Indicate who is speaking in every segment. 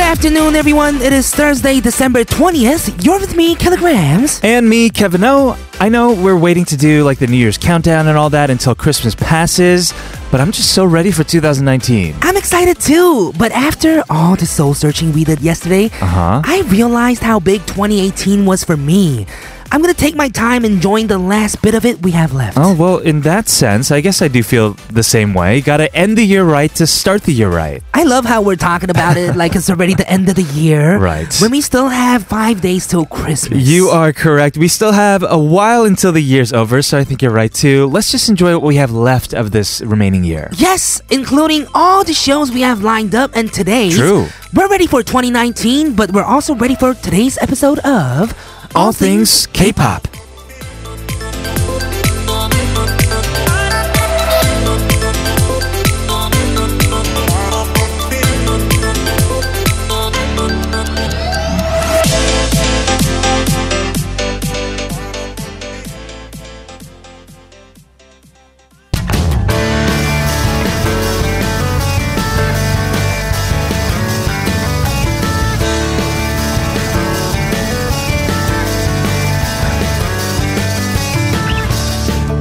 Speaker 1: afternoon, everyone. It is Thursday, December 20th. You're with me, Kilograms.
Speaker 2: And me, Kevin O. I know we're waiting to do like the New Year's countdown and all that until Christmas passes, but I'm just so ready for 2019.
Speaker 1: I'm excited too, but after all the soul searching we did yesterday,
Speaker 2: Uh-huh.
Speaker 1: I realized how big 2018 was for me. I'm gonna take my time enjoying the last bit of it we have left.
Speaker 2: Oh, well, in that sense, I guess I do feel the same way. Gotta end the year right to start the year right.
Speaker 1: I love how we're talking about it like it's already the end of the year.
Speaker 2: Right.
Speaker 1: When we still have five days till Christmas.
Speaker 2: You are correct. We still have a while until the year's over, so I think you're right too. Let's just enjoy what we have left of this remaining year.
Speaker 1: Yes, including all the shows we have lined up and today's.
Speaker 2: True.
Speaker 1: We're ready for 2019, but we're also ready for today's episode of
Speaker 2: All things K pop.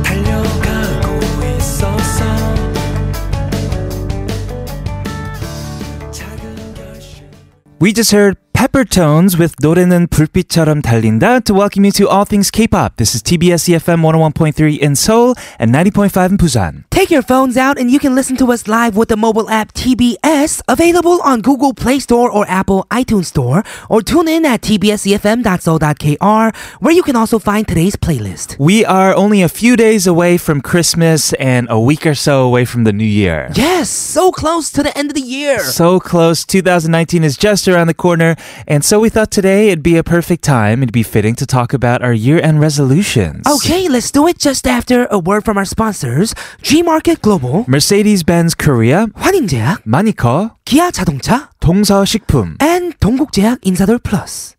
Speaker 3: 달려가고 있었어 작은 결심
Speaker 2: We just heard Peppertones with 노래는 불빛처럼 달린다 to welcome you to All Things K-pop. This is TBS EFM 101.3 in Seoul and 90.5 in Busan.
Speaker 1: Take your phones out and you can listen to us live with the mobile app TBS, available on Google Play Store or Apple iTunes Store, or tune in at tbsefm.so.kr, where you can also find today's playlist.
Speaker 2: We are only a few days away from Christmas and a week or so away from the new year.
Speaker 1: Yes, so close to the end of the year.
Speaker 2: So close. 2019 is just around the corner. And so we thought today it'd be a perfect time. It'd be fitting to talk about our year end resolutions.
Speaker 1: Okay, let's do it just after a word from our sponsors, G Market Global,
Speaker 2: Mercedes Benz Korea,
Speaker 1: 환인제약,
Speaker 2: 마니커,
Speaker 1: 기아 자동차,
Speaker 2: 동서식품.
Speaker 1: and 동국제약 인사돌 플러스.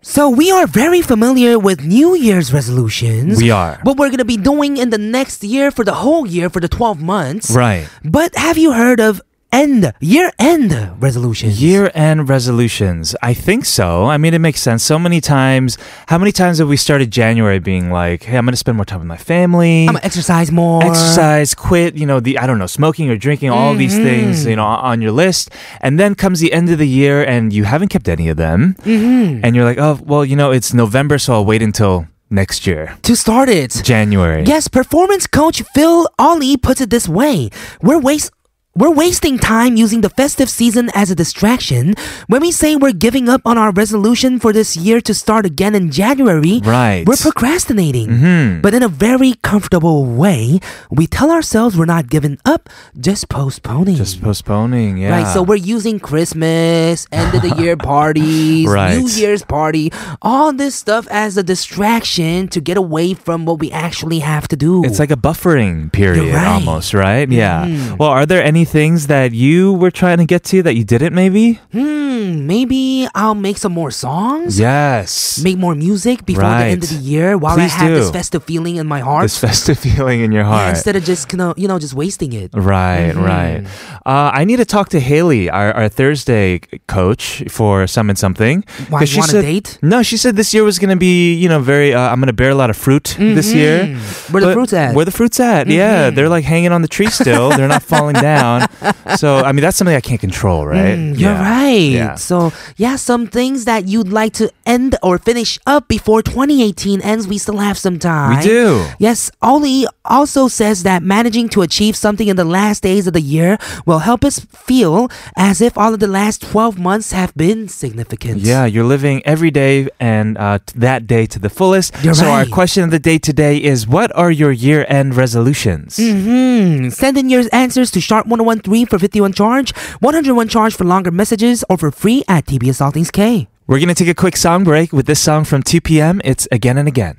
Speaker 1: So we are very familiar with New Year's resolutions.
Speaker 2: We are.
Speaker 1: What we're going to be doing in the next year for the whole year for the 12 months.
Speaker 2: Right.
Speaker 1: But have you heard of end year end resolutions?
Speaker 2: Year end resolutions. I think so. I mean, it makes sense. So many times, how many times have we started January being like, hey, I'm going to spend more time with my family?
Speaker 1: I'm going to exercise more.
Speaker 2: Exercise, quit, you know, the, I don't know, smoking or drinking, all these
Speaker 1: Mm-hmm.
Speaker 2: things, you know, on your list. And then comes the end of the year and you haven't kept any of them. Mm-hmm. And you're like, oh, well, you know, it's November, so I'll wait until next year,
Speaker 1: To start it.
Speaker 2: January.
Speaker 1: Yes, performance coach Phil Ollie puts it this way. We're waste we're wasting time using the festive season as a distraction. When we say we're giving up on our resolution for this year to start again in January,
Speaker 2: Right. Mm-hmm.
Speaker 1: we're procrastinating. But in a very comfortable way, we tell ourselves we're not giving up, just postponing.
Speaker 2: Just postponing, yeah.
Speaker 1: Right, so we're using Christmas, end of the year parties,
Speaker 2: Right.
Speaker 1: New Year's party, all this stuff as a distraction to get away from what we actually have to do.
Speaker 2: It's like a buffering period
Speaker 1: right.
Speaker 2: almost, right? Yeah. Well, are there any things that you were trying to get to that you didn't maybe?
Speaker 1: hmm, maybe I'll make some more songs,
Speaker 2: Yes.
Speaker 1: make more music before the end of the
Speaker 2: Right.
Speaker 1: year while
Speaker 2: Please
Speaker 1: I have this
Speaker 2: do.
Speaker 1: festive feeling in my heart.
Speaker 2: This festive feeling in your
Speaker 1: Yeah,
Speaker 2: heart.
Speaker 1: instead of just you know, you know just wasting it.
Speaker 2: Right,
Speaker 1: Mm-hmm.
Speaker 2: right. Uh, I need to talk to Haley, our, our Thursday c- coach for Summon Something.
Speaker 1: Why,
Speaker 2: 'Cause she
Speaker 1: want a
Speaker 2: said-
Speaker 1: date?
Speaker 2: No, she said this year was going to be, you know, very, uh, I'm going to bear a lot of fruit this year.
Speaker 1: Mm-hmm. Where the
Speaker 2: But
Speaker 1: fruits at? Mm-hmm.
Speaker 2: Where the fruit's at. Yeah, they're like hanging on the tree still. they're not falling down. So, I mean, that's something I can't control, right?
Speaker 1: Mm, you're
Speaker 2: Yeah.
Speaker 1: right.
Speaker 2: Yeah.
Speaker 1: So, yeah, some things that you'd like to end or finish up before 2018 ends, we still have some time.
Speaker 2: We do.
Speaker 1: Yes, Oli also says that managing to achieve something in the last days of the year will help us feel as if all of the last 12 months have been significant.
Speaker 2: Yeah, you're living every day and uh, t- that day to the fullest.
Speaker 1: You're
Speaker 2: so, our
Speaker 1: right.
Speaker 2: question of the day today is what are your year end resolutions?
Speaker 1: Hmm. Send in your answers to Sharp1013 for 51 charge, 101 charge for longer messages, or for free at TBS All Things K.
Speaker 2: We're going to take a quick song break with this song from 2 p.m. It's Again and Again.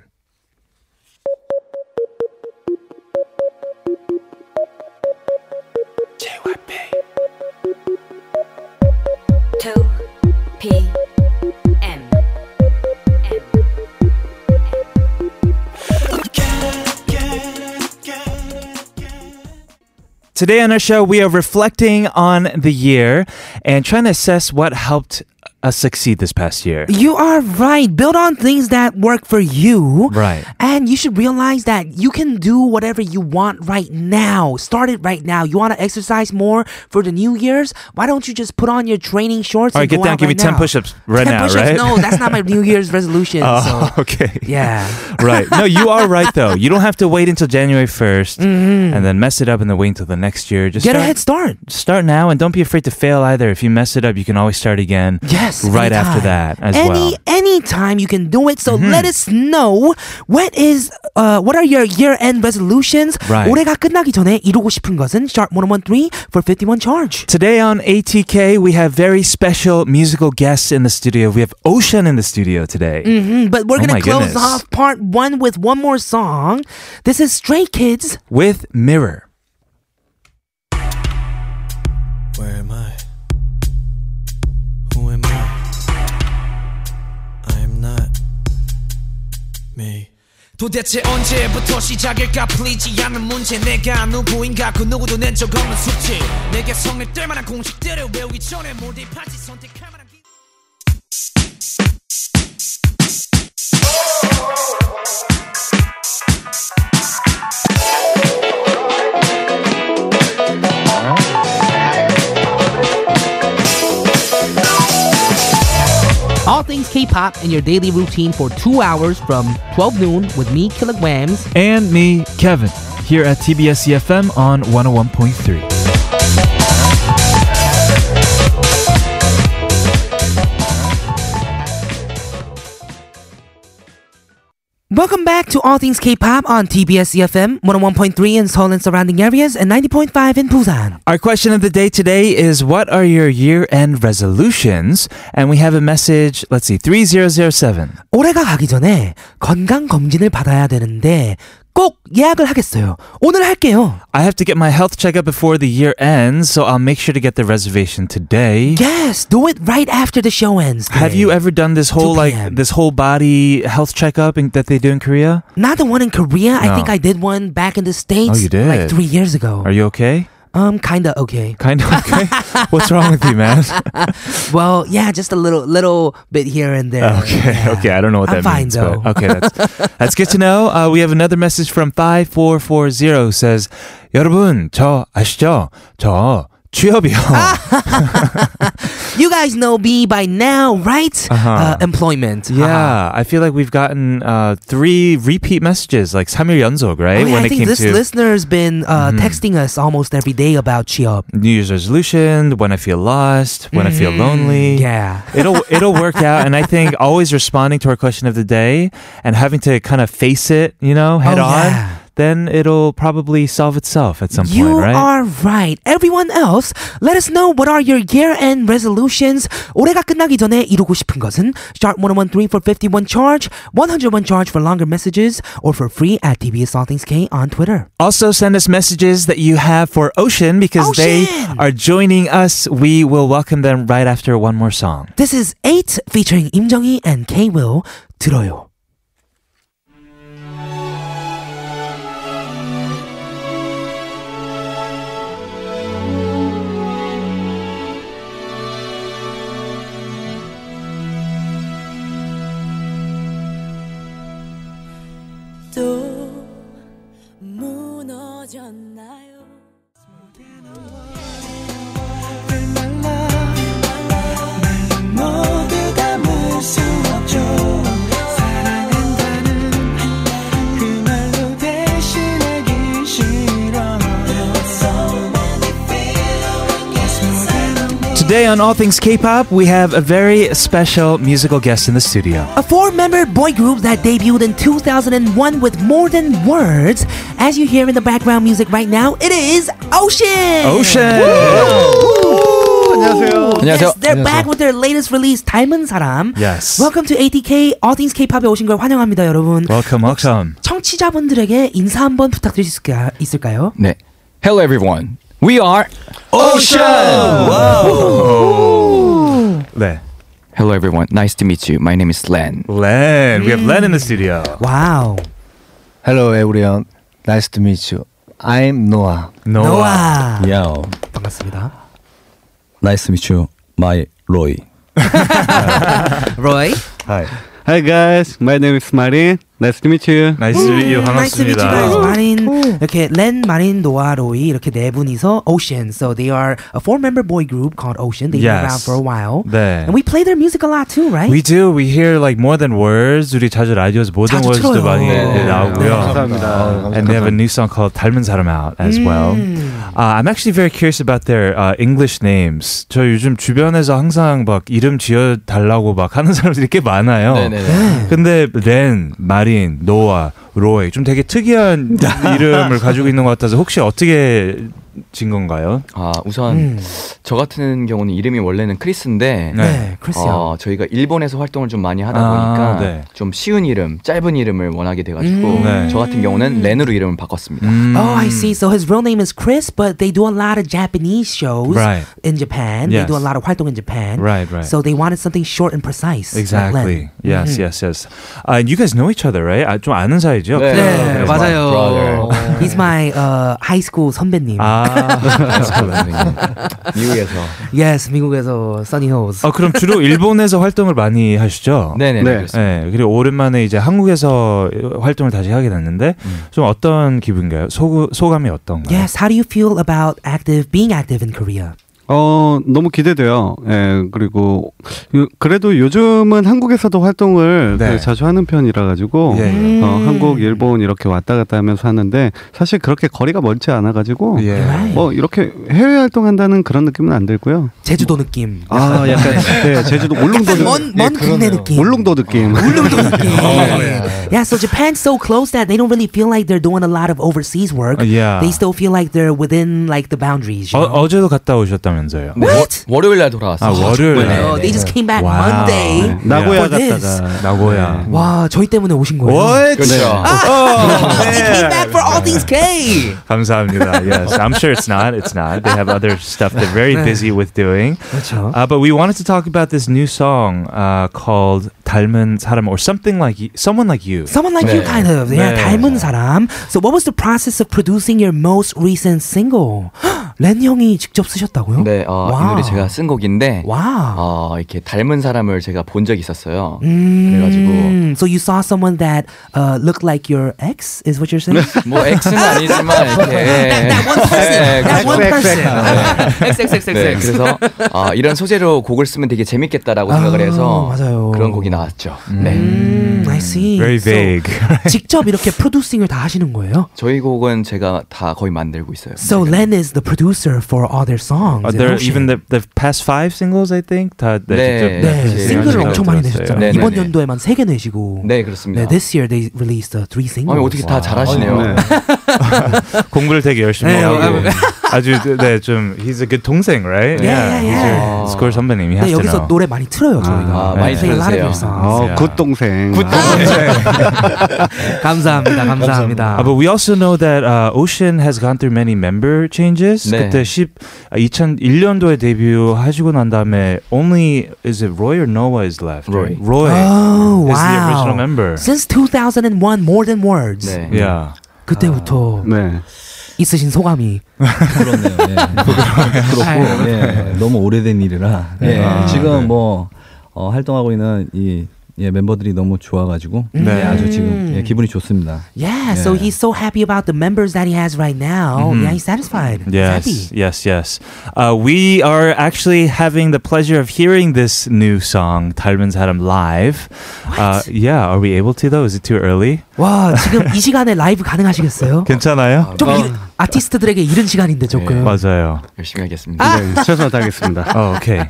Speaker 4: two p m
Speaker 2: Today on our show, we are reflecting on the year and trying to assess what helped us succeed this past year.
Speaker 1: You are right. Build on things that work for you.
Speaker 2: Right.
Speaker 1: And you should realize that you can do whatever you want right now. Start it right now. You want to exercise more for the New Year's? Why don't you just put on your training shorts
Speaker 2: All right,
Speaker 1: and
Speaker 2: get
Speaker 1: go
Speaker 2: down,
Speaker 1: out
Speaker 2: give me
Speaker 1: right
Speaker 2: 10
Speaker 1: now?
Speaker 2: push-ups right
Speaker 1: 10
Speaker 2: now,
Speaker 1: push-ups?
Speaker 2: right?
Speaker 1: No, that's not my New Year's resolution.
Speaker 2: Oh,
Speaker 1: so,
Speaker 2: okay.
Speaker 1: yeah.
Speaker 2: right. No, you are right though. You don't have to wait until January 1st and then mess it up and then wait until the next year. Just
Speaker 1: Mm-hmm. Get a
Speaker 2: start,
Speaker 1: head start.
Speaker 2: start now and don't be afraid to fail either. If you mess it up, you can always start again.
Speaker 1: Yes.
Speaker 2: Right
Speaker 1: anytime.
Speaker 2: after that as
Speaker 1: any,
Speaker 2: well. Mm-hmm.
Speaker 1: Any time you can do it. So let us know what is uh, what are your year-end resolutions?
Speaker 2: Right.
Speaker 1: 올해가 끝나기 전에 이루고 싶은 것은 sharp 1013 for 51 charge.
Speaker 2: Today on ATK, we have very special musical guests in the studio. We have Ocean in the studio today.
Speaker 1: Mm, But we're
Speaker 2: Oh
Speaker 1: gonna
Speaker 2: my
Speaker 1: close
Speaker 2: goodness.
Speaker 1: off part one with one more song. This is Stray Kids.
Speaker 2: with Mirror.
Speaker 3: Where am I? Who am I? I am not me.
Speaker 5: 도대체 언제부터 시작일까 풀리지 않는 문제 내가 누구인가 그 누구도 낸 적 없는 숙제 내게 성립될 만한 공식들을 외우기 전에 모두 파지 선택할 만한 기...
Speaker 1: All things K-pop in your daily routine for two hours from 12 noon with me, Kilograms.
Speaker 2: And me, Kevin, here at TBS EFM E on 101.3.
Speaker 1: Welcome back to All Things K-pop on TBS EFM 101.3 in Seoul and surrounding areas and 90.5 in Busan.
Speaker 2: Our question of the day today is What are your year end resolutions? And we have a message, let's see, 3007.
Speaker 1: 올해가 가기 전에 건강 검진을 받아야 되는데 꼭 예약을 하겠어요. 오늘 할게요.
Speaker 2: I have to get my health checkup before the year ends, so I'll make sure to get the reservation today.
Speaker 1: Yes, do it right after the show ends.
Speaker 2: Have
Speaker 1: today.
Speaker 2: you ever done this whole
Speaker 1: 2
Speaker 2: like
Speaker 1: p.m..
Speaker 2: this whole body health checkup in, that they do in Korea?
Speaker 1: Not the one in Korea. I
Speaker 2: No.
Speaker 1: think I did one back in the States.
Speaker 2: Oh, you did?
Speaker 1: Like three years ago.
Speaker 2: Are you okay?
Speaker 1: um, kinda okay.
Speaker 2: Kind of okay. What's wrong with you, man?
Speaker 1: Well, yeah, just a little, little bit here and there.
Speaker 2: Okay,
Speaker 1: Yeah.
Speaker 2: okay. I don't know what
Speaker 1: I'm
Speaker 2: that
Speaker 1: fine,
Speaker 2: means. but-
Speaker 1: though.
Speaker 2: okay, that's, that's good to know. Uh, we have another message from 5440 says, 여러분, 저 아시죠? 저 취업이요.
Speaker 1: Ah. You guys know me by now, right?
Speaker 2: Uh-huh.
Speaker 1: Uh, employment. Uh-huh.
Speaker 2: yeah, I feel like we've gotten uh, three repeat messages, like 3일 연속,
Speaker 1: Oh,
Speaker 2: right?
Speaker 1: yeah, I think this listener's been uh,
Speaker 2: Mm-hmm.
Speaker 1: texting us almost every day about Chiop.
Speaker 2: New Year's resolution, when I feel lost, when I feel lonely.
Speaker 1: Mm, Yeah.
Speaker 2: it'll it'll work out and i think always responding to our question of the day and having to kind of face it you know head
Speaker 1: Oh,
Speaker 2: on
Speaker 1: yeah.
Speaker 2: then it'll probably solve itself at some
Speaker 1: You
Speaker 2: point right
Speaker 1: are right. Everyone else, let us know what are your year-end resolutions. 올해가 끝나기 전에 이루고 싶은 것은 sharp 1013 for 51 charge, 101 charge for longer messages, or for free at TBS All Things K on Twitter.
Speaker 2: also send us messages that you have for ocean because they
Speaker 1: Ocean!
Speaker 2: are joining us we will welcome them right after one more song
Speaker 1: This is 8 featuring Im Jong-hee and K-Will. 들어요.
Speaker 6: 또 무너졌나요?
Speaker 3: 모두 담을 수 없죠 사랑한다는 그 말로 대신하기 싫어 There were so many feelings inside of me
Speaker 2: today on all things k-pop we have a very special musical guest in the studio
Speaker 1: A four-member boy group that debuted in 2001 with more than words. As you hear in the background music right now, it is Ocean!
Speaker 2: ocean
Speaker 1: Yes, they're back with their latest release, 닮은 사람.
Speaker 2: Yes.
Speaker 1: Welcome to ATK, All Things K-pop에 오신 걸 환영합니다, 여러분.
Speaker 2: welcome welcome
Speaker 1: 청취자분들에게 인사 한번 부탁드릴 수 있을까- 있을까요?
Speaker 7: 네. Hello everyone. We are
Speaker 2: 네.
Speaker 7: Hello everyone. Nice to meet you. My name is Len.
Speaker 1: 네.
Speaker 2: len we have len in the studio
Speaker 1: 와우.
Speaker 8: Hello everyone. Nice to meet you. I'm Noah.
Speaker 1: 노아.
Speaker 9: Yo,
Speaker 1: 예, 반갑습니다.
Speaker 9: nice to meet you, my Roy.
Speaker 1: Roy.
Speaker 8: Hi.
Speaker 10: Hi guys, my name is Marin. Nice to meet you.
Speaker 2: Nice to meet you.
Speaker 1: Nice to meet you guys.
Speaker 2: 반갑습니다.
Speaker 1: 마린 이렇게 렌, 마린, 노아, 로이 이렇게 네 분이서 Ocean. So they are a four-member boy group called Ocean. They've been
Speaker 2: Yes.
Speaker 1: around for a while.
Speaker 2: 네.
Speaker 1: And we play their music a lot too, right?
Speaker 2: We do. We hear like more than words. 우리 자주 라디오에서 모든
Speaker 1: 자주 틀어요.
Speaker 2: words도 많이
Speaker 1: 네.
Speaker 2: 나오고요.
Speaker 8: 아, 감사합니다.
Speaker 2: And they have a new song called 닮은 사람 out as
Speaker 7: Mm.
Speaker 2: well. Uh, I'm actually very curious about their uh, English names. 저 요즘 주변에서 항상 막 이름 지어 달라고 막 하는 사람들이 꽤 많아요. 근데 렌, 마린, 노아, 로이 좀 되게 특이한 이름을 가지고 있는 것 같아서 혹시 어떻게 진 건가요?
Speaker 7: 아 우선
Speaker 1: 음.
Speaker 7: 저 같은 경우는 이름이 원래는 크리스인데
Speaker 1: 네, 크리스요.
Speaker 7: 어, 저희가 일본에서 활동을 좀 많이 하다
Speaker 2: 아,
Speaker 7: 보니까
Speaker 2: 네.
Speaker 7: 좀 쉬운 이름, 짧은 이름을 원하게 돼가지고
Speaker 1: 음.
Speaker 2: 네.
Speaker 7: 저 같은 경우는 렌으로 이름을 바꿨습니다.
Speaker 2: 음.
Speaker 1: Oh, I see. So his real name is Chris, but they do a lot of Japanese shows
Speaker 2: Right.
Speaker 1: in Japan. They
Speaker 2: Yes.
Speaker 1: do a lot of 활동 in Japan.
Speaker 2: Right, right.
Speaker 1: So they wanted something short and precise. like
Speaker 2: Exactly.
Speaker 1: Len.
Speaker 2: Yes,
Speaker 7: 음.
Speaker 2: yes, yes. Uh, you guys know each other, right? 아, 좀 아는 사이죠?
Speaker 7: 네,
Speaker 2: 그래서
Speaker 7: 네,
Speaker 2: 막-
Speaker 7: 맞아요.
Speaker 1: He's my uh, high school 선배님.
Speaker 2: Oh. 아,
Speaker 7: 미국에서.
Speaker 1: Yes, 미국에서 Sunny Hills.
Speaker 2: 어, 그럼 주로 일본에서 활동을 많이 하시죠?
Speaker 7: 네네. 네.
Speaker 10: 네.
Speaker 2: 네, 그리고 오랜만에 이제 한국에서 활동을 다시 하게 됐는데
Speaker 7: 음.
Speaker 2: 좀 어떤 기분인가요? 소, 소감이 어떤가요?
Speaker 1: Yes, how do you feel about active being active in Korea?
Speaker 10: 어 너무 기대돼요. 예 그리고 요- 그래도 요즘은 한국에서도 활동을
Speaker 2: 네.
Speaker 10: 되게 자주 하는 편이라 가지고
Speaker 2: 예, 예.
Speaker 10: 어,
Speaker 1: 음.
Speaker 10: 한국, 일본 이렇게 왔다 갔다 하면서 하는데 사실 그렇게 거리가 멀지 않아 가지고
Speaker 2: 예.
Speaker 1: Right.
Speaker 10: 뭐 이렇게 해외 활동한다는 그런 느낌은 안 들고요.
Speaker 1: 제주도 느낌.
Speaker 10: 아 약간 예, 네, 제주도 울릉도
Speaker 1: 약간
Speaker 10: 느-
Speaker 1: 먼, 먼 국내 느낌. 아,
Speaker 10: 울릉도 느낌.
Speaker 1: 울릉도 느낌. Yeah, so Japan's so close that they don't really feel like they're doing a lot of overseas work.
Speaker 2: Uh, yeah. Oh,
Speaker 1: They still feel like they're within like the boundaries. You
Speaker 2: 어,
Speaker 1: know?
Speaker 2: 어제도 갔다 오셨다면서요?
Speaker 7: 네.
Speaker 1: What?
Speaker 7: 월요일 날 돌아왔어요. 네.
Speaker 2: 아, 월요일
Speaker 1: Oh,
Speaker 2: 날.
Speaker 1: they just came back
Speaker 2: Wow.
Speaker 1: Monday.
Speaker 10: 나고야
Speaker 1: For this.
Speaker 10: 갔다가
Speaker 2: 나고야.
Speaker 1: 와, 저희 때문에 오신 거예요.
Speaker 7: 네. 그렇죠. 네.
Speaker 1: They came back for all these K.
Speaker 2: 아! 네. 감사합니다. Yes, I'm sure it's not. It's not. They have other stuff they're
Speaker 7: 네.
Speaker 2: very busy with doing.
Speaker 7: 어?
Speaker 1: 그렇죠.
Speaker 2: Uh, but we wanted to talk about this new song uh, called 닮은 사람 or something like y- someone like you.
Speaker 1: Someone like you kind of. Yeah,
Speaker 2: 네.
Speaker 1: 닮은 사람. So what was the process of producing your most recent single? 렌 형이 직접 쓰셨다고요?
Speaker 7: 네, 어, 이
Speaker 1: 와우.
Speaker 7: 노래 제가 쓴 곡인데
Speaker 1: 와우.
Speaker 7: 어, 이렇게 닮은 사람을 제가 본 적이 있었어요.
Speaker 1: 음, so you saw someone that uh, looked like your ex, is what you're saying?
Speaker 7: 뭐 X는 아니지만 이렇게
Speaker 1: that, that one person.
Speaker 7: 네,
Speaker 1: that one
Speaker 8: 네,
Speaker 1: person.
Speaker 7: 네, 그래서 아, 이런 소재로 곡을 쓰면 되게 재밌겠다라고 생각을
Speaker 1: 아,
Speaker 7: 해서
Speaker 1: 맞아요.
Speaker 7: 그런 곡이 나왔죠. 네.
Speaker 1: 음, I see.
Speaker 2: Very
Speaker 1: So
Speaker 2: vague.
Speaker 1: 직접 이렇게 프로듀싱을 다 하시는 거예요?
Speaker 7: 저희 곡은 제가 다 거의 만들고 있어요. 네.
Speaker 1: So Len is the producer for all their songs.
Speaker 2: Uh,
Speaker 1: in
Speaker 2: there
Speaker 1: Ocean.
Speaker 2: even the, the past five singles, I think. 다 네,
Speaker 7: 네.
Speaker 2: 직접
Speaker 1: 네,
Speaker 7: 네,
Speaker 1: 싱글을
Speaker 2: 직접
Speaker 1: 엄청 많이
Speaker 2: 들었어요.
Speaker 1: 내셨잖아요.
Speaker 7: 네, 네,
Speaker 1: 이번
Speaker 7: 네.
Speaker 1: 연도에만 3개 내시고.
Speaker 7: 네, 그렇습니다.
Speaker 1: 네, this year they released uh, three singles.
Speaker 7: 아니, 어떻게 다 잘하시네요.
Speaker 10: 네.
Speaker 2: 공부를 되게 열심히
Speaker 1: 네,
Speaker 2: 하고
Speaker 1: 어,
Speaker 2: 아주 네, 좀 he's a good 동생, right?
Speaker 1: Yeah, yeah, yeah.
Speaker 2: He's a score 선배님. He has
Speaker 1: 네,
Speaker 2: to
Speaker 1: 여기서
Speaker 2: know.
Speaker 1: 노래 많이 틀어요, 저희가.
Speaker 7: 아, 많이
Speaker 1: Play a lot of your songs.
Speaker 7: 틀어주세요.
Speaker 10: 어, 굿동생.
Speaker 1: 감사합니다. 감사합니다.
Speaker 2: Uh, but we also know that uh, Ocean has gone through many member changes.
Speaker 7: 네.
Speaker 2: 그때 10, 아, 2001년도에 데뷔하시고 난 다음에 only is it Roy or Noah is left?
Speaker 7: Roy.
Speaker 2: Roy
Speaker 1: Oh,
Speaker 2: is the
Speaker 1: wow.
Speaker 2: original member.
Speaker 1: Since 2001, more than words.
Speaker 7: 네.
Speaker 2: Yeah.
Speaker 1: 그때부터
Speaker 10: 네.
Speaker 1: 있으신 소감이
Speaker 9: 아, 그렇네요.
Speaker 8: 네.
Speaker 9: 그렇고 예, 너무 오래된 일이라 예,
Speaker 2: 아,
Speaker 9: 지금
Speaker 2: 네.
Speaker 9: 뭐 어, 활동하고 있는 이 예, 멤버들이 너무 좋아가지고
Speaker 2: 네.
Speaker 9: 예, 아주 지금
Speaker 8: 음.
Speaker 9: 예, 기분이 좋습니다.
Speaker 1: Yeah, so
Speaker 9: Yeah.
Speaker 1: he's so happy about the members that he has right now. Yeah, he's satisfied. He's
Speaker 2: Yes,
Speaker 1: happy.
Speaker 2: yes, yes. Uh, we are actually having the pleasure of hearing this new song, 닮은 사람 live. Uh, yeah, are we able to though? Is it too early?
Speaker 1: 와, 지금 이 시간에 라이브 가능하시겠어요?
Speaker 2: 괜찮아요?
Speaker 1: 좀 이- 아티스트들에게 이른 시간인데 조금.
Speaker 2: 그 네, 맞아요.
Speaker 7: 열심히 하겠습니다.
Speaker 10: 네, 최선을 다하겠습니다.
Speaker 2: Oh, okay.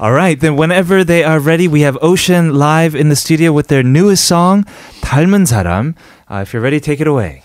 Speaker 2: All right, then whenever they are ready, we have Ocean live in the studio with their newest song, 닮은 사람. Uh, if you're ready, take it away.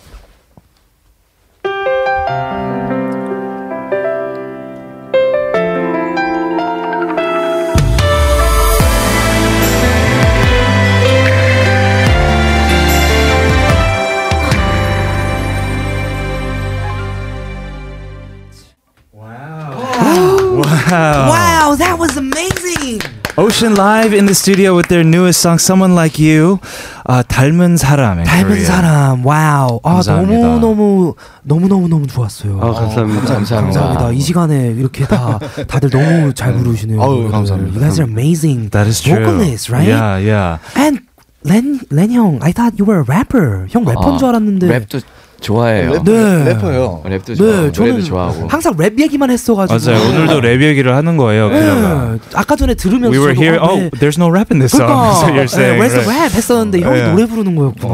Speaker 1: Wow, that was amazing.
Speaker 2: Ocean Live in the studio with their newest song, Someone Like You. 아, 닮은 사람. in
Speaker 1: 닮은
Speaker 2: Korean.
Speaker 1: 사람 와우 아
Speaker 2: 감사합니다.
Speaker 1: 너무 너무 너무 너무 너무 좋았어요.
Speaker 10: 아, 감사합니다.
Speaker 7: 감사합니다.
Speaker 1: 감사합니다. 이 시간에 이렇게 다 다들 너무 잘 부르시네요.
Speaker 7: 아유,
Speaker 1: 노래를.
Speaker 7: 감사합니다.
Speaker 1: You guys are amazing.
Speaker 2: That is true.
Speaker 1: Vocalist, right?
Speaker 2: Yeah, yeah.
Speaker 1: And 렌, 렌 형, I thought you were a rapper. 형 래퍼인
Speaker 7: 아,
Speaker 1: 줄 알았는데.
Speaker 7: 랩도 좋아해요.
Speaker 8: 랩,
Speaker 1: 네.
Speaker 8: 래퍼요.
Speaker 7: 랩도
Speaker 1: 네,
Speaker 7: 좋아하고
Speaker 1: 저는
Speaker 7: 노래도 좋아하고.
Speaker 1: 항상 랩 얘기만 했어가지고.
Speaker 2: 맞아요. 오늘도 랩 얘기를 하는 거예요. 그나마.
Speaker 1: 네. 아까 전에 들으면서. 네. 어,
Speaker 2: We were here. Oh, there's no rap in this song. So you're saying.
Speaker 1: 그러니까. where's the
Speaker 2: right.
Speaker 1: rap 네, 했었는데 형이
Speaker 2: 네.
Speaker 1: 노래 부르는 거였구나.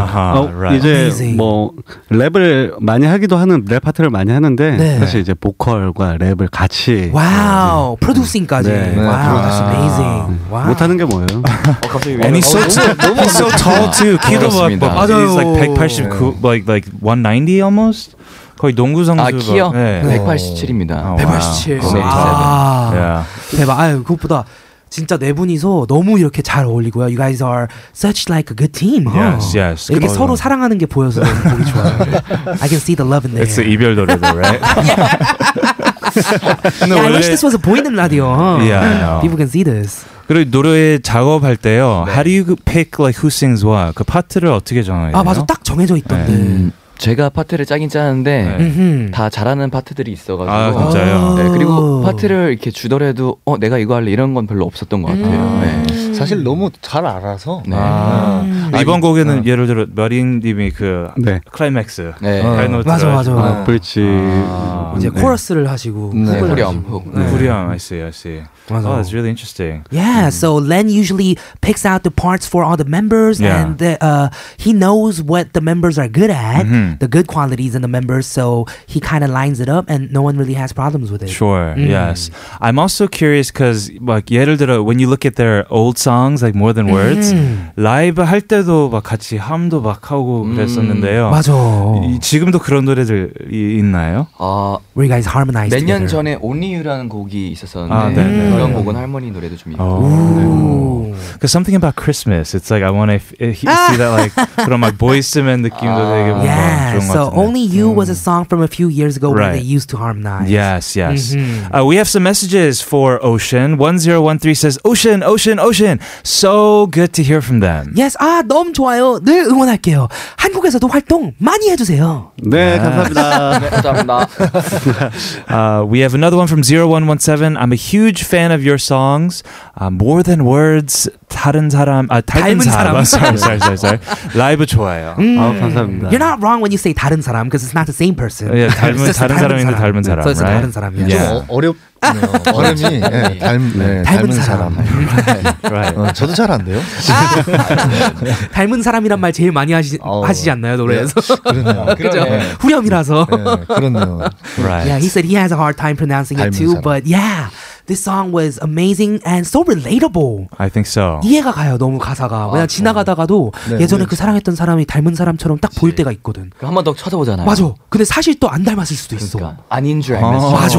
Speaker 2: 아하,
Speaker 10: 어,
Speaker 2: right.
Speaker 10: 이제
Speaker 1: Amazing.
Speaker 10: 뭐 랩을 많이 하기도 하는 랩 파트를 많이 하는데
Speaker 1: 네.
Speaker 10: 사실 이제 보컬과 랩을
Speaker 2: 네.
Speaker 10: 같이
Speaker 1: 와우, 프로듀싱까지.
Speaker 10: 네, 네,
Speaker 1: 와우, that's
Speaker 2: 프로듀싱.
Speaker 1: amazing. 와우.
Speaker 10: 못하는 게 뭐예요?
Speaker 7: 어, 갑자기 왜
Speaker 2: And he's
Speaker 7: 이러지?
Speaker 2: so tall. He's so tall too. 키도 막,
Speaker 7: 그렇습니다.
Speaker 2: 막 he's
Speaker 1: 맞아요. 네.
Speaker 2: like 189, like like 190 almost. 거의 농구 선수.
Speaker 7: 아 키요?
Speaker 2: 네.
Speaker 7: 187입니다.
Speaker 2: 어.
Speaker 1: 187.
Speaker 7: 와우.
Speaker 1: 아,
Speaker 2: Yeah.
Speaker 1: 대박. 아유, 그것보다 진짜 네 분이서 너무 이렇게 잘 어울리고요. You guys are such like a good team. huh?
Speaker 2: Yes, yes. 어.
Speaker 1: 이렇게
Speaker 2: 그거는-
Speaker 1: 서로 사랑하는 게 보여서 너무 보기 좋아요. I can see the love in there.
Speaker 2: It's the 이별 노래도, right?
Speaker 1: yeah,
Speaker 2: 근데
Speaker 1: I
Speaker 2: 원래
Speaker 1: wish this was a 보이는 라디오. huh?
Speaker 2: Yeah, I know.
Speaker 1: People can see this.
Speaker 2: 그리고 노래 작업할 때요. How do you pick like who sings what? 그 파트를 어떻게 정해요?
Speaker 1: 아 맞아, 딱 정해져 있던데.
Speaker 7: 음, 제가 파트를 짜긴 짜는데
Speaker 2: 네.
Speaker 1: 음흠.
Speaker 7: 다 잘하는 파트들이 있어가지고.
Speaker 2: 아, 진짜요?
Speaker 7: 네, 그리고 파트를 이렇게 주더라도 어 내가 이거 할래 이런 건 별로 없었던 것
Speaker 2: 음.
Speaker 7: 같아요. 네.
Speaker 8: 사실 너무 잘 알아서
Speaker 7: 네.
Speaker 2: 아,
Speaker 1: 음.
Speaker 2: 이번 곡에는 예를 들어 머린님이 그
Speaker 10: 네.
Speaker 2: 클라이맥스
Speaker 7: 네.
Speaker 8: 어.
Speaker 2: 갈 노트를
Speaker 1: 맞아, 맞아.
Speaker 2: 하시고.
Speaker 7: 아.
Speaker 10: 브릿지
Speaker 2: 아.
Speaker 1: 이제
Speaker 10: 네.
Speaker 1: 코러스를 하시고
Speaker 8: 네,
Speaker 1: 훅을
Speaker 7: 후렴,
Speaker 1: 하시고.
Speaker 7: 훅.
Speaker 1: 네.
Speaker 2: 후렴, I see, I see.
Speaker 1: 맞아.
Speaker 2: Oh, that's really interesting.
Speaker 1: Yeah, so Len usually picks out the parts for all the members,
Speaker 2: Yeah.
Speaker 1: and the, uh, he knows what the members are good at,
Speaker 2: Mhm.
Speaker 1: the good qualities in the members. So he kind of lines it up, and no one really has problems with it.
Speaker 2: Sure.
Speaker 1: Mm.
Speaker 2: Yes. I'm also curious because like 예를 들어 when you look at their old songs like more than words
Speaker 1: 음.
Speaker 2: 라이브 할 때도 막 같이 함도 막 하고
Speaker 7: 음.
Speaker 2: 그랬었는데요.
Speaker 1: 맞아.
Speaker 2: Oh. 이, 지금도 그런 노래들이 있나요?
Speaker 7: 아,
Speaker 1: Where you guys harmonize
Speaker 7: 몇 년
Speaker 1: together.
Speaker 7: 전에 Only You라는 곡이 있었었는데
Speaker 2: 아, 네, 어.
Speaker 1: 네.
Speaker 7: 그런
Speaker 1: 음.
Speaker 7: 곡은 할머니 노래도 좀
Speaker 1: 어.
Speaker 7: 있고.
Speaker 1: Ooh.
Speaker 2: Because something about Christmas, it's like I want to f- eh, he- see that like 그런 막 보이스 맨 느낌도 되게 뭔가
Speaker 1: Yeah,
Speaker 2: 좋은 것
Speaker 1: so
Speaker 2: 같은데.
Speaker 1: Only You was a song from a few years ago where
Speaker 2: Right.
Speaker 1: they used to harmonize.
Speaker 2: Yes, yes.
Speaker 1: Mhm.
Speaker 2: Uh, we have some messages for Ocean. 1013 says, Ocean, Ocean, Ocean. So good to hear from them.
Speaker 1: Yes, 아, 너무 좋아요. 늘 응원할게요. 한국에서도 활동 많이 해주세요.
Speaker 10: 네, 감사합니다.
Speaker 7: 네, 감사합니다.
Speaker 2: Uh, we have another one from 0117. I'm a huge fan of your songs. Uh, more than words, 다른 사람, 아, 닮은,
Speaker 1: 닮은 사람.
Speaker 2: 사람. sorry, sorry, sorry, sorry. 라이브 좋아요.
Speaker 10: 아, 감사합니다.
Speaker 1: You're not wrong when you say 다른 사람 because it's not the same person.
Speaker 2: Yeah, 네. 예, 닮은,
Speaker 1: It's just
Speaker 2: 다른 사람인데 닮은 사람.
Speaker 1: So it's a
Speaker 2: right?
Speaker 1: 네, 다른 사람이야.
Speaker 8: 좀
Speaker 2: Yeah.
Speaker 8: 어, 어렵네요. 발음이 예, 닮, 네,
Speaker 1: 닮은
Speaker 8: 닮은 사람. 아,
Speaker 2: Right.
Speaker 8: 어, 저도 잘 안 돼요.
Speaker 1: 닮은 사람이란 말 제일 많이 하시,
Speaker 8: 어.
Speaker 1: 하시지 않나요 노래에서?
Speaker 8: 그러네요.
Speaker 1: 그죠?
Speaker 8: 예,
Speaker 1: 후렴이라서.
Speaker 8: 예, 그렇네요.
Speaker 2: Right.
Speaker 1: Yeah, he said he has a hard time pronouncing it
Speaker 8: 닮은
Speaker 1: too,
Speaker 8: 사람.
Speaker 1: but yeah, this song was amazing and so relatable.
Speaker 2: I think so.
Speaker 1: 이해가 가요 너무 가사가. 왜냐 지나가다가도
Speaker 8: 아, 어. 네,
Speaker 1: 예전에
Speaker 8: 우리-
Speaker 1: 그 사랑했던 사람이 닮은 사람처럼 딱 보일 때가 있거든.
Speaker 7: 한 번 더 쳐다보잖아요.
Speaker 1: 맞아. 근데 사실 또 안 닮았을 수도 있어.
Speaker 7: 그러니까 아닌 줄
Speaker 2: 어.
Speaker 7: 알면서.
Speaker 1: 맞아.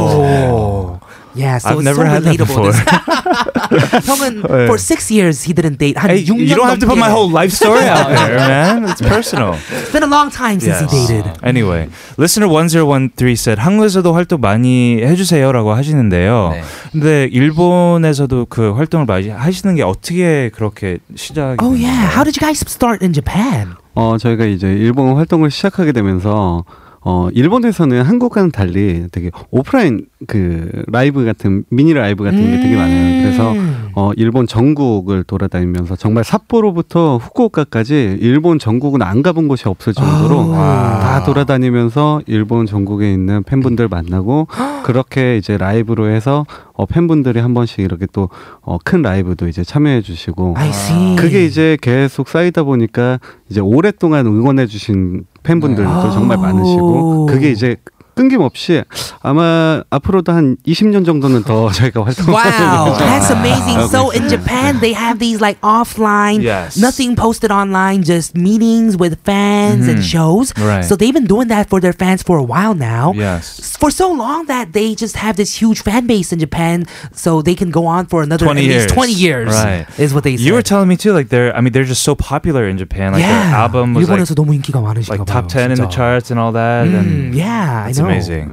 Speaker 1: Yeah, so
Speaker 2: I've
Speaker 1: it's so
Speaker 2: never had that
Speaker 1: relatable.
Speaker 2: before.
Speaker 1: 형은 for six years he didn't date. 한
Speaker 2: Hey,
Speaker 1: 6년
Speaker 2: you don't have to put
Speaker 1: 넘게
Speaker 2: my whole life story out there, man. It's personal.
Speaker 1: It's been a long time since he
Speaker 2: Yes.
Speaker 1: dated.
Speaker 2: Anyway, listener 1013 said 한국에서도 활동 많이 해주세요라고 하시는데요.
Speaker 7: 네.
Speaker 2: 근데 일본에서도 그 활동을 많이 하시는 게 어떻게 그렇게 시작이?
Speaker 1: Oh
Speaker 2: 된
Speaker 1: yeah,
Speaker 2: 건가요?
Speaker 1: how did you guys start in Japan?
Speaker 10: 어, 저희가 이제 일본 활동을 시작하게 되면서 어, 일본에서는 한국과는 달리 되게 오프라인 그 라이브 같은 미니 라이브 같은 게
Speaker 1: 음.
Speaker 10: 되게 많아요. 그래서 어, 일본 전국을 돌아다니면서 정말 삿포로부터 후쿠오카까지 일본 전국은 안 가본 곳이 없을 정도로
Speaker 1: 아.
Speaker 10: 다 돌아다니면서 일본 전국에 있는 팬분들 만나고 그렇게 이제 라이브로 해서 어, 팬분들이 한 번씩 이렇게 또 어, 큰 라이브도 이제 참여해 주시고
Speaker 1: I see.
Speaker 10: 그게 이제 계속 쌓이다 보니까 이제 오랫동안 응원해 주신 팬분들도
Speaker 1: 네.
Speaker 10: 정말
Speaker 1: 아우.
Speaker 10: 많으시고 그게 이제 끊김없이 아마 앞으로도 한 20년 정도는 아, 네. 더 어, 저희가 활동을
Speaker 1: Wow, that's amazing. So in Japan, they have these like offline,
Speaker 2: Yes.
Speaker 1: nothing posted online, just meetings with fans and
Speaker 2: Mhm.
Speaker 1: shows.
Speaker 2: Right.
Speaker 1: So they've been doing that for their fans for a while now.
Speaker 2: Yes.
Speaker 1: For so long that they just have this huge fan base in Japan, so they can go on for another at
Speaker 2: 20
Speaker 1: least
Speaker 2: years.
Speaker 1: 20 years.
Speaker 2: Right.
Speaker 1: Is what they said.
Speaker 2: You were telling me too, like they're. I mean, they're just so popular in Japan. Like their album was like,
Speaker 1: 일본에서 너무 인기가 많으신가
Speaker 2: like
Speaker 1: 봐요.
Speaker 2: top ten in the
Speaker 1: 진짜.
Speaker 2: charts and all that.
Speaker 1: 음,
Speaker 2: and
Speaker 1: Mm, yeah, I
Speaker 2: it's
Speaker 1: know. 음,
Speaker 2: amazing.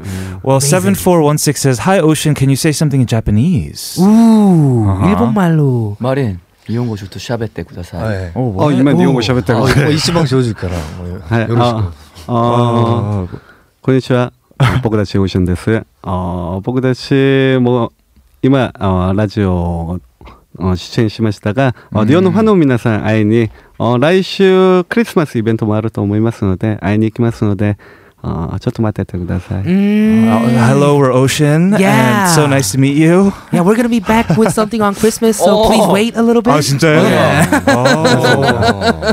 Speaker 2: Well, seven four one six says, "Hi, Ocean. Can you say something in Japanese?"
Speaker 1: 우
Speaker 2: 아하.
Speaker 1: 일본 말로
Speaker 7: 마린 이용고 슈트 샵에 때 구다사.
Speaker 8: 네.
Speaker 2: Oh,
Speaker 10: 어,
Speaker 2: what?
Speaker 10: 이만 니온고 샤베타.
Speaker 8: 어, 이거 이시방 지워줄 거라. 뭐,
Speaker 1: 네.
Speaker 10: 네,
Speaker 1: 어.
Speaker 10: 어,
Speaker 8: 요러시고.
Speaker 1: 아,
Speaker 10: あこんにちは。僕たちオーシャンです。あ僕たちも今あラジオを出演しましたが、
Speaker 1: 음.
Speaker 10: あリオのファンの皆さん会いにあ来週クリスマスイベントもあると思いますので会いに行きますのであちょっと待っててください。
Speaker 1: 음.
Speaker 2: Uh, hello, we're Ocean.
Speaker 1: Yeah.
Speaker 2: And so nice to meet you.
Speaker 1: Mm. Yeah, we're gonna be back with something on Christmas, so
Speaker 7: Oh.
Speaker 1: please wait a little bit. Oh,
Speaker 2: 아 진짜요? 어.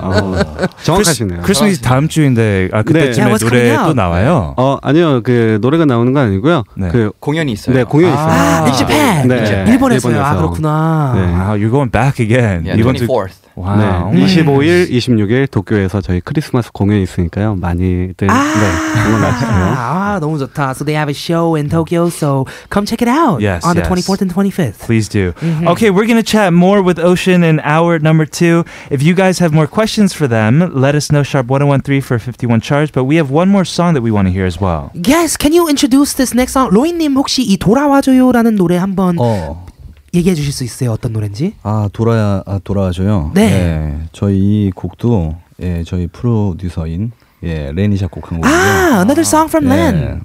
Speaker 10: 아, 정확하시네요.
Speaker 2: 크리스마스 다음 주인데 아 그때쯤에
Speaker 1: Yeah, what's
Speaker 2: 노래
Speaker 1: coming out?
Speaker 2: 또 나와요.
Speaker 10: 어 아니요 그 노래가 나오는 건 아니고요.
Speaker 2: 네.
Speaker 10: 그
Speaker 7: 공연이 있어요.
Speaker 10: 네 공연 이 있어요.
Speaker 1: 아,
Speaker 2: 아,
Speaker 1: 닉시팬.
Speaker 10: 네.
Speaker 1: 일본에서요. 아
Speaker 10: 일본에서.
Speaker 1: 그렇구나.
Speaker 10: 네.
Speaker 2: Wow, you're going back again.
Speaker 7: Yeah,
Speaker 2: 이번 주
Speaker 7: 24th.
Speaker 10: 네,
Speaker 2: 와우. 음.
Speaker 10: 25일, 26일 도쿄에서 저희 크리스마스 공연이 있으니까요. 많이들
Speaker 1: 아.
Speaker 10: 네, 응원 와주세요.
Speaker 1: 아, 너무 좋다. So they have a show in Tokyo, so come check it out
Speaker 2: Yes,
Speaker 1: on the
Speaker 2: yes.
Speaker 1: 24th and 25th.
Speaker 2: Please do.
Speaker 1: Mm-hmm.
Speaker 2: Okay, we're going to chat more with Ocean in hour number two. If you guys have more questions for them, let us know sharp 1013 for 51 charge. But we have one more song that we want to hear as well.
Speaker 1: Yes, can you introduce this next song? 로이님 혹시 이 돌아와줘요라는 노래 한번
Speaker 9: 어.
Speaker 1: 얘기해 주실 수 있어요? 어떤 노래인지?
Speaker 9: 아 돌아야 아, 돌아와줘요. 예,
Speaker 1: 네.
Speaker 9: 저희 이 곡도 예 저희 프로듀서인 예 레니 작곡한 곡이고요.
Speaker 1: 아, Another Song from
Speaker 9: 예,
Speaker 1: Len.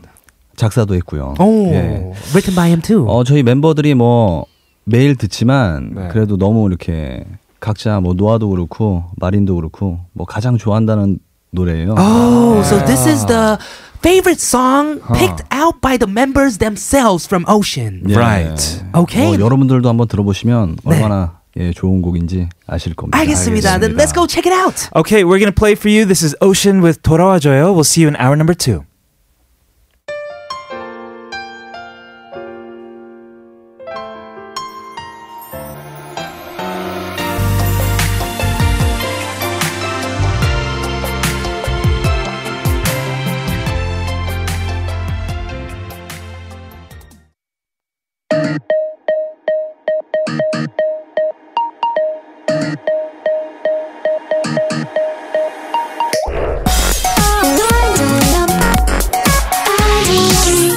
Speaker 9: 작사도 했고요.
Speaker 1: 오,
Speaker 9: 예.
Speaker 1: written by him too.
Speaker 9: 어 저희 멤버들이 뭐 매일 듣지만
Speaker 2: 네.
Speaker 9: 그래도 너무 이렇게 각자 뭐 노아도 그렇고 마린도 그렇고 뭐 가장 좋아한다는 노래예요. 어.
Speaker 1: Oh, so this is the favorite song picked out by the members themselves from Ocean.
Speaker 9: 예.
Speaker 2: Right.
Speaker 1: Okay.
Speaker 9: 어, 여러분들도 한번 들어보시면
Speaker 1: 네.
Speaker 9: 얼마나 예 좋은 곡인지 아실 겁니다.
Speaker 1: 알겠습니다. Then let's go check it out.
Speaker 2: Okay, we're going to play for you. This is Ocean with 돌아와줘요. We'll see you in hour number two.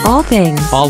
Speaker 4: All things. All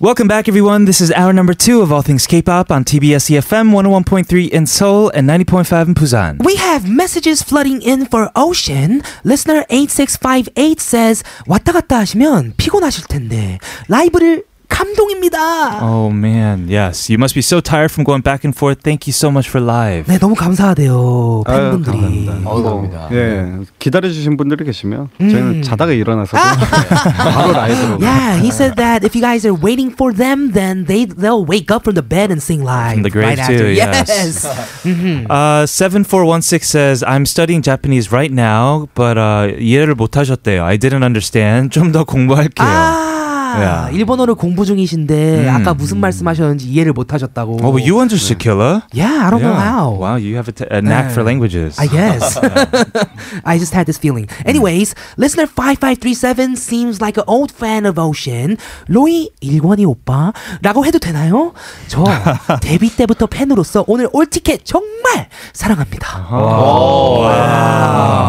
Speaker 2: Welcome back, everyone. This is hour number two of All Things K-pop on TBS EFM 101.3 in Seoul and 90.5 in Busan.
Speaker 1: We have messages flooding in for Ocean. Listener 8658 says 왔다 갔다 하시면 피곤하실 텐데 라이브를 감동입니다.
Speaker 2: Oh man, yes. You must be so tired from going back and forth. Thank you so much for live.
Speaker 1: 네, 너무 감사하대요. 팬분들이.
Speaker 7: 감사합니다.
Speaker 10: 예, 기다려주신 분들이 계시면
Speaker 1: 음.
Speaker 10: 저희는 자다가 일어나서
Speaker 1: 아.
Speaker 10: 바로 라이브로.
Speaker 1: Yeah, he said that if you guys are waiting for them, then they they'll wake up from the bed and sing live.
Speaker 2: From the grave
Speaker 1: right after.
Speaker 2: too, yes. Uh, 7416 says, I'm studying Japanese right now, but uh, 이해를 못하셨대요. I didn't understand. 좀 더 공부할게요.
Speaker 1: 아,
Speaker 2: Yeah.
Speaker 1: 일본어를 공부 중이신데
Speaker 2: 음.
Speaker 1: 아까 무슨 말씀하셨는지 이해를 못 하셨다고.
Speaker 2: oh, but you understood, Killa?
Speaker 1: Yeah, I don't know
Speaker 2: Yeah.
Speaker 1: how.
Speaker 2: Wow, you have a, t- a knack for languages.
Speaker 1: I guess. I just had this feeling. Anyways, listener 5537 seems like an old fan of Ocean. 로이 일권이 오빠라고 해도 되나요? 저 데뷔 때부터 팬으로서 오늘 올 티켓 정말 사랑합니다.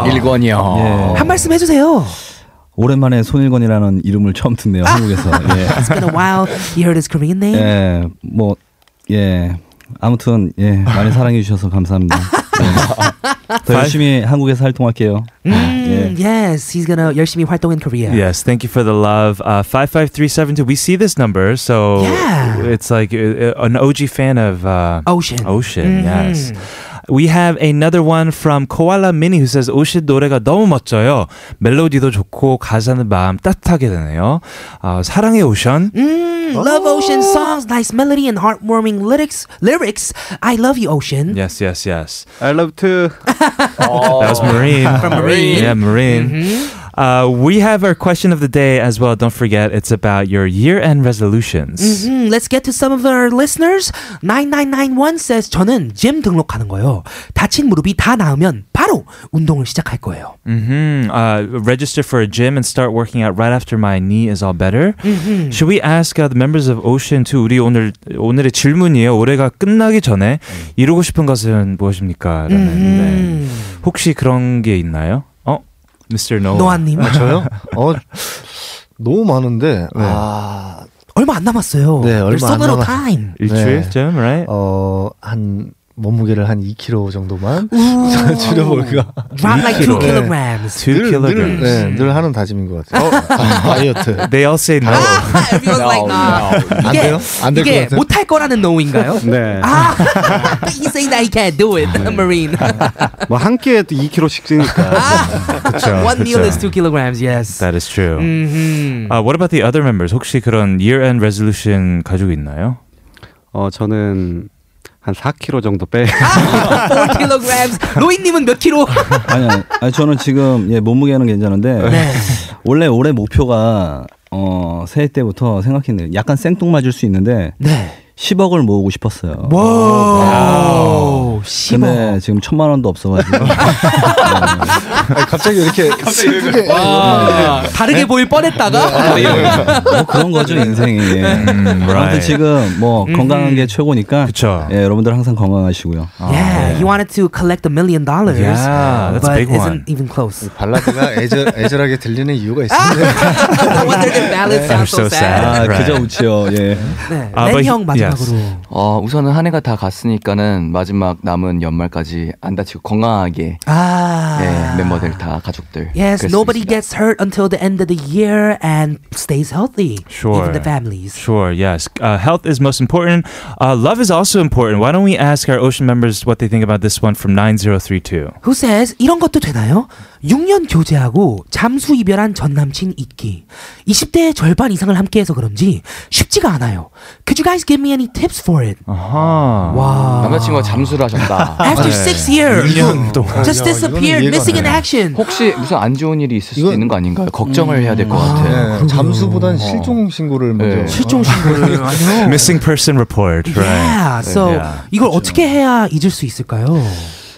Speaker 7: 일권이요.
Speaker 1: 한 말씀 해주세요.
Speaker 9: 오랜만에 손일건이라는 이름을 처음 듣네요
Speaker 1: 아.
Speaker 9: 한국에서.
Speaker 1: It's been a while. He heard his Korean name.
Speaker 9: 예, 예, 뭐 예, 아무튼 예 많이 사랑해 주셔서 감사합니다.
Speaker 1: 아.
Speaker 9: 예. 더 열심히 한국에서 활동할게요.
Speaker 1: Mm, Yes, he's gonna 열심히 활동 in Korea.
Speaker 2: Yes, thank you for the love. Uh, 55372, we see this number, so
Speaker 1: Yeah.
Speaker 2: it's like uh, uh, an OG fan of uh,
Speaker 1: Ocean.
Speaker 2: Ocean,
Speaker 1: Mhm.
Speaker 2: yes. We have another one from Koala Mini who says 오신 노래가 너무 멋져요. 멜로디도 좋고 가사는 마음 따뜻하게 되네요. 아, 사랑해 오션.
Speaker 1: Mm, Love Ocean songs, nice melody and heartwarming lyrics. Lyrics. I love you, Ocean.
Speaker 2: Yes, yes, yes.
Speaker 10: I love to.
Speaker 2: That was Marine. From
Speaker 7: Marine.
Speaker 2: Yeah, Marine. Uh, we have our question of the day as well. Don't forget, it's about your year-end resolutions.
Speaker 1: 음, let's get to some of our listeners. 9991 says 저는 gym 등록하는 거요. 다친 무릎이 다 나으면 바로 바로 운동을 시작할 거예요.
Speaker 2: Mm-hmm. Uh, register for a gym and start working out right after my knee is all better. Should we ask uh, the members of Ocean to 우리 오늘 오늘의 질문이에요. 올해가 끝나기 전에 이루고 싶은 것은 무엇입니까? 라는 네. 혹시 그런 게 있나요? 어, Mr. Noah.
Speaker 1: 노아님
Speaker 8: 아, 저요? 어, 너무 많은데,
Speaker 1: 네.
Speaker 8: 아,
Speaker 1: 얼마 안 남았어요.
Speaker 8: 네, 얼마
Speaker 1: There's so
Speaker 8: 안
Speaker 1: little
Speaker 8: 남았-
Speaker 1: time.
Speaker 2: 일주일쯤, right?
Speaker 8: 네. 어, 한, 몸무게를 한 2kg 정도만 줄여볼까.
Speaker 1: Drop like two
Speaker 2: 일주일로.
Speaker 1: kilograms.
Speaker 2: Two
Speaker 8: 네. 늘,
Speaker 2: kilograms.
Speaker 8: 네, 늘 하는 다짐인 것 같아요. 어, 다이어트.
Speaker 2: They all say no.
Speaker 1: 아! Everyone's like, nah.
Speaker 8: 안
Speaker 1: 이게-
Speaker 8: 돼요? 안 될 것
Speaker 1: 이게
Speaker 8: 같아요.
Speaker 1: 못할 거라는 no인가요?
Speaker 10: 네.
Speaker 1: 아, 네. he's saying that he can't do it, Marine. 아.
Speaker 10: 뭐 한 끼에 또 2kg씩 찌니까.
Speaker 1: One meal is two kilograms. Yes.
Speaker 2: That is true.
Speaker 1: Mhm.
Speaker 2: Uh, what about the other members? 혹시 그런 year-end resolution 가지고 있나요?
Speaker 10: 어, 저는 한 4kg 정도 빼.
Speaker 9: 아,
Speaker 1: Four kilograms. 로이님은 몇 킬로?
Speaker 9: 아니, 아니, 아니, 저는 지금 예, 몸무게는 괜찮은데
Speaker 8: 네.
Speaker 9: 원래 올해 목표가 어, 새해 때부터 생각했는데 약간 생뚱맞을 수 있는데
Speaker 1: 네.
Speaker 9: 10억을 모으고 싶었어요.
Speaker 8: 뭐?
Speaker 1: Oh, 와. 10억.
Speaker 9: 근데 지금 천만 원도 없어가지고
Speaker 8: 아니, 갑자기 이렇게 슬프게.
Speaker 1: 아, 다르게 보일
Speaker 7: 아,
Speaker 1: 뻔했다가
Speaker 9: 네. 뭐 그런 거죠 인생이. 예.
Speaker 7: 음,
Speaker 9: 아무튼 지금
Speaker 8: 음,
Speaker 9: 뭐 건강한 게 최고니까.
Speaker 2: 그쵸.
Speaker 9: 예, 여러분들 항상 건강하시고요.
Speaker 7: 아,
Speaker 1: yeah, he wanted to collect a million dollars.
Speaker 2: Yeah, that's a
Speaker 1: but
Speaker 2: big
Speaker 1: isn't
Speaker 2: one.
Speaker 1: even close.
Speaker 8: 발라드가 애절, 애절하게 들리는 이유가 있습니다.
Speaker 1: no wonder the ballad sounds so
Speaker 2: so
Speaker 1: sad. Uh,
Speaker 2: sad.
Speaker 9: 아
Speaker 2: Right.
Speaker 9: 그저 우치요. 예.
Speaker 1: 네,
Speaker 2: 아, but
Speaker 1: 렌이
Speaker 2: he-
Speaker 1: 형 마지막으로.
Speaker 7: 어, 우선은 한 해가 다 갔으니까는 마지막 남은 연말까지 안 다치고 건강하게
Speaker 1: 아.
Speaker 7: 예, 멤버들 다 가족들.
Speaker 1: Ah. Yes,
Speaker 7: 그랬으면
Speaker 1: nobody
Speaker 7: 좋겠습니다.
Speaker 1: gets hurt until the end of the year and stays healthy.
Speaker 2: Sure.
Speaker 1: Even the families.
Speaker 2: Sure, yes. Uh, health is most important. Uh, love is also important. Why don't we ask our Ocean members what they think about this one from 9032?
Speaker 1: Who says 이런 것도 되나요? 6년 교제하고 잠수 이별한 전 남친 잊기. 20대의 절반 이상을 함께해서 그런지 쉽지가 않아요. Could you guys give me any tips for it?
Speaker 10: 아.
Speaker 2: Uh-huh.
Speaker 1: 와.
Speaker 7: 남자친구가 잠수를
Speaker 8: 아,
Speaker 7: 하셨다.
Speaker 1: After
Speaker 8: 네.
Speaker 1: six years, just
Speaker 8: 야, 이거는
Speaker 1: disappeared,
Speaker 8: 이해가
Speaker 1: missing in
Speaker 8: 안 돼요.
Speaker 1: action.
Speaker 7: 혹시 무슨 안 좋은 일이 있을 수도
Speaker 8: 이건-
Speaker 7: 있는 거 아닌가요?
Speaker 1: 음.
Speaker 7: 걱정을 해야 될 것 같아요.
Speaker 8: 네,
Speaker 1: 어.
Speaker 8: 잠수보단 실종 신고를 먼저.
Speaker 7: 네.
Speaker 1: 실종 신고를 아니요.
Speaker 2: Missing person report, right?
Speaker 1: Yeah, so
Speaker 2: Yeah.
Speaker 1: 이걸
Speaker 8: 그렇죠.
Speaker 1: 어떻게 해야 잊을 수 있을까요?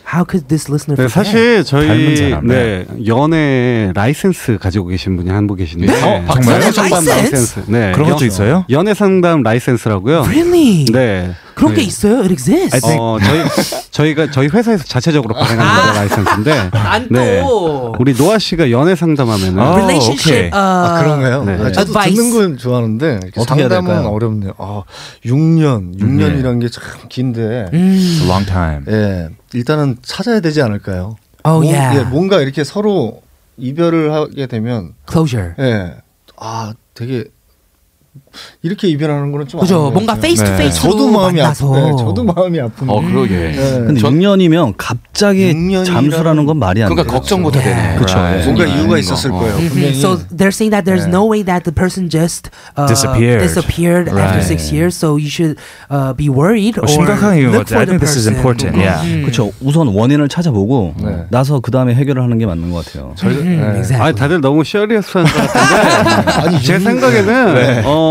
Speaker 1: How could this listener?
Speaker 10: 네,
Speaker 1: forget?
Speaker 10: 사실
Speaker 2: 닮은
Speaker 10: 저희
Speaker 2: 사람.
Speaker 10: 네, 연애 라이센스 그 가지고 계신 분이 한 분 계신데.
Speaker 2: 네? 어, 정말요?
Speaker 10: 연애 상담
Speaker 1: 라이센스?
Speaker 10: 네.
Speaker 2: 그런 것도
Speaker 10: 연-
Speaker 2: 있어요?
Speaker 10: 연애 상담 라이센스라고요.
Speaker 1: Really?
Speaker 10: 네.
Speaker 1: 그런
Speaker 10: 네.
Speaker 1: 게 있어요? It exists.
Speaker 10: 어, 저희 저희가 저희 회사에서 자체적으로 발행하는 연애 라이센스인데.
Speaker 1: 안
Speaker 10: 네.
Speaker 1: 아. 또.
Speaker 10: 우리 노아 씨가 연애 상담하면은
Speaker 2: 아,
Speaker 1: relationship.
Speaker 10: Oh,
Speaker 2: 오케이.
Speaker 1: 어,
Speaker 8: 아, 그런가요?
Speaker 10: 네.
Speaker 8: 아, 저도
Speaker 1: Advice.
Speaker 8: 듣는 건 좋아하는데 이렇게
Speaker 9: 어떻게 해야
Speaker 8: 상담은
Speaker 9: 될까요? 네.
Speaker 8: 어렵네요. 아, 6년, 6년이라는 게 참 긴데.
Speaker 1: 음.
Speaker 2: It's a long time.
Speaker 8: 예, 일단은 찾아야 되지 않을까요?
Speaker 1: Oh,
Speaker 10: 뭐,
Speaker 8: 뭔-
Speaker 1: yeah.
Speaker 8: 예, 뭔가 이렇게 서로 이별을 하게 되면
Speaker 1: closure.
Speaker 8: 예. 아, 되게 이렇게 이별하는 거는 좀
Speaker 1: 그죠?
Speaker 8: 아닌 것
Speaker 1: 뭔가
Speaker 8: 같아요.
Speaker 1: face to
Speaker 2: 네.
Speaker 1: face
Speaker 8: 저도 마음이 아프.
Speaker 1: 만나서.
Speaker 8: 네, 저도 마음이 아픈데.
Speaker 7: 어, 그러게.
Speaker 8: 예.
Speaker 9: 근데
Speaker 7: 전-
Speaker 9: 6년이면 갑자기
Speaker 8: 6년이라는-
Speaker 9: 잠수라는 건 말이 안 돼.
Speaker 7: 그러니까 걱정부터 되네.
Speaker 9: 그쵸.
Speaker 7: Right.
Speaker 8: 뭔가
Speaker 7: 아닌
Speaker 8: 이유가
Speaker 7: 거.
Speaker 8: 있었을
Speaker 7: 어.
Speaker 8: 거예요.
Speaker 1: Mhm.
Speaker 8: 분명히.
Speaker 1: So they're saying that there's
Speaker 8: 네.
Speaker 1: no way that the person just uh,
Speaker 2: Disappeared.
Speaker 1: disappeared after
Speaker 2: Right.
Speaker 1: six years. So you should uh, be worried or
Speaker 2: 어, 심각한 이유인 것
Speaker 1: look
Speaker 2: 같아요.
Speaker 1: for
Speaker 2: Oh, I
Speaker 1: the
Speaker 2: think this
Speaker 1: person.
Speaker 2: is
Speaker 1: Mm-hmm.
Speaker 2: important. Yeah.
Speaker 9: 그렇죠. 우선 원인을 찾아보고
Speaker 8: 네.
Speaker 9: 나서 그 다음에 해결을 하는 게 맞는 것 같아요.
Speaker 8: 저희-
Speaker 1: 음,
Speaker 8: 예.
Speaker 10: 아,
Speaker 1: exactly.
Speaker 10: 다들 너무 시리어스한 것 같은데. 제 생각에는
Speaker 2: 네.
Speaker 10: 어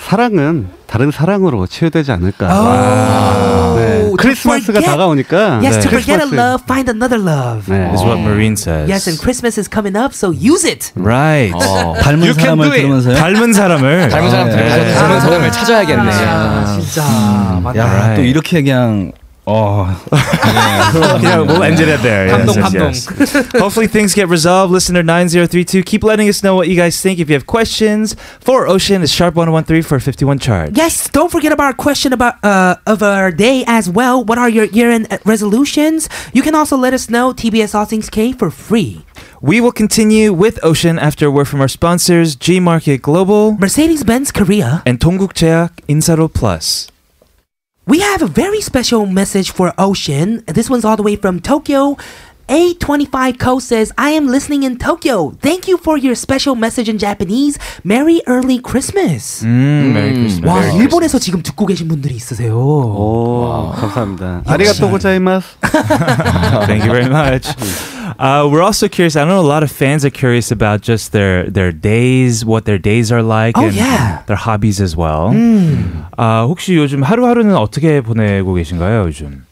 Speaker 10: 사랑은 다른 사랑으로 치유되지
Speaker 1: 아,
Speaker 10: 않을까.
Speaker 1: Oh.
Speaker 10: 네.
Speaker 1: To
Speaker 10: 크리스마스가
Speaker 1: forget-
Speaker 10: 다가오니까.
Speaker 1: Yes, to
Speaker 10: 네.
Speaker 1: forget a
Speaker 10: 크리스마스-
Speaker 1: love, find another love.
Speaker 10: 네.
Speaker 2: Is what Marine says.
Speaker 1: Yes, and Christmas is coming up, so use it.
Speaker 2: Right.
Speaker 7: 어.
Speaker 9: 닮은
Speaker 2: You can
Speaker 9: 사람을
Speaker 2: do it.
Speaker 9: 들으면서요.
Speaker 2: 닮은 사람을.
Speaker 7: 닮은 사람
Speaker 2: 네.
Speaker 7: 들면 닮은 사람을 찾아야겠네.
Speaker 1: 아, 진짜. 맞다.
Speaker 9: 야,
Speaker 2: Right.
Speaker 9: 또 이렇게 그냥 어.
Speaker 2: yeah, we'll end it at there. Yes,
Speaker 1: 감동,
Speaker 2: yes, yes. Hopefully things get resolved. Listener 9032, keep letting us know what you guys think. If you have questions for Ocean, it's sharp1013 for 51 charge.
Speaker 1: Yes, don't forget about our question about uh, of our day as well. What are your year-end uh, resolutions? You can also let us know TBS All Things K for free.
Speaker 2: We will continue with Ocean after a word from our sponsors, G Market Global
Speaker 1: Mercedes-Benz Korea.
Speaker 2: and 동국제약 Insaro Plus.
Speaker 1: We have a very special message for Ocean. This one's all the way from Tokyo. A25 Co says, I am listening in Tokyo. Thank you for your special message in Japanese. Merry early Christmas.
Speaker 9: Mm,
Speaker 2: 음, 메리 크리스마스.
Speaker 1: 와, 일본에서 지금 듣고 계신 분들이 있으세요.
Speaker 10: 오, 감사합니다. 아리가또 고자이마스.
Speaker 2: Thank you very much. Uh, we're also curious. I know a lot of fans are curious about just their their days, what their days are like,
Speaker 1: Oh,
Speaker 2: and
Speaker 1: yeah.
Speaker 2: their hobbies as well. 아, 혹시 요즘 하루하루는 어떻게 보내고 계신가요, 요즘?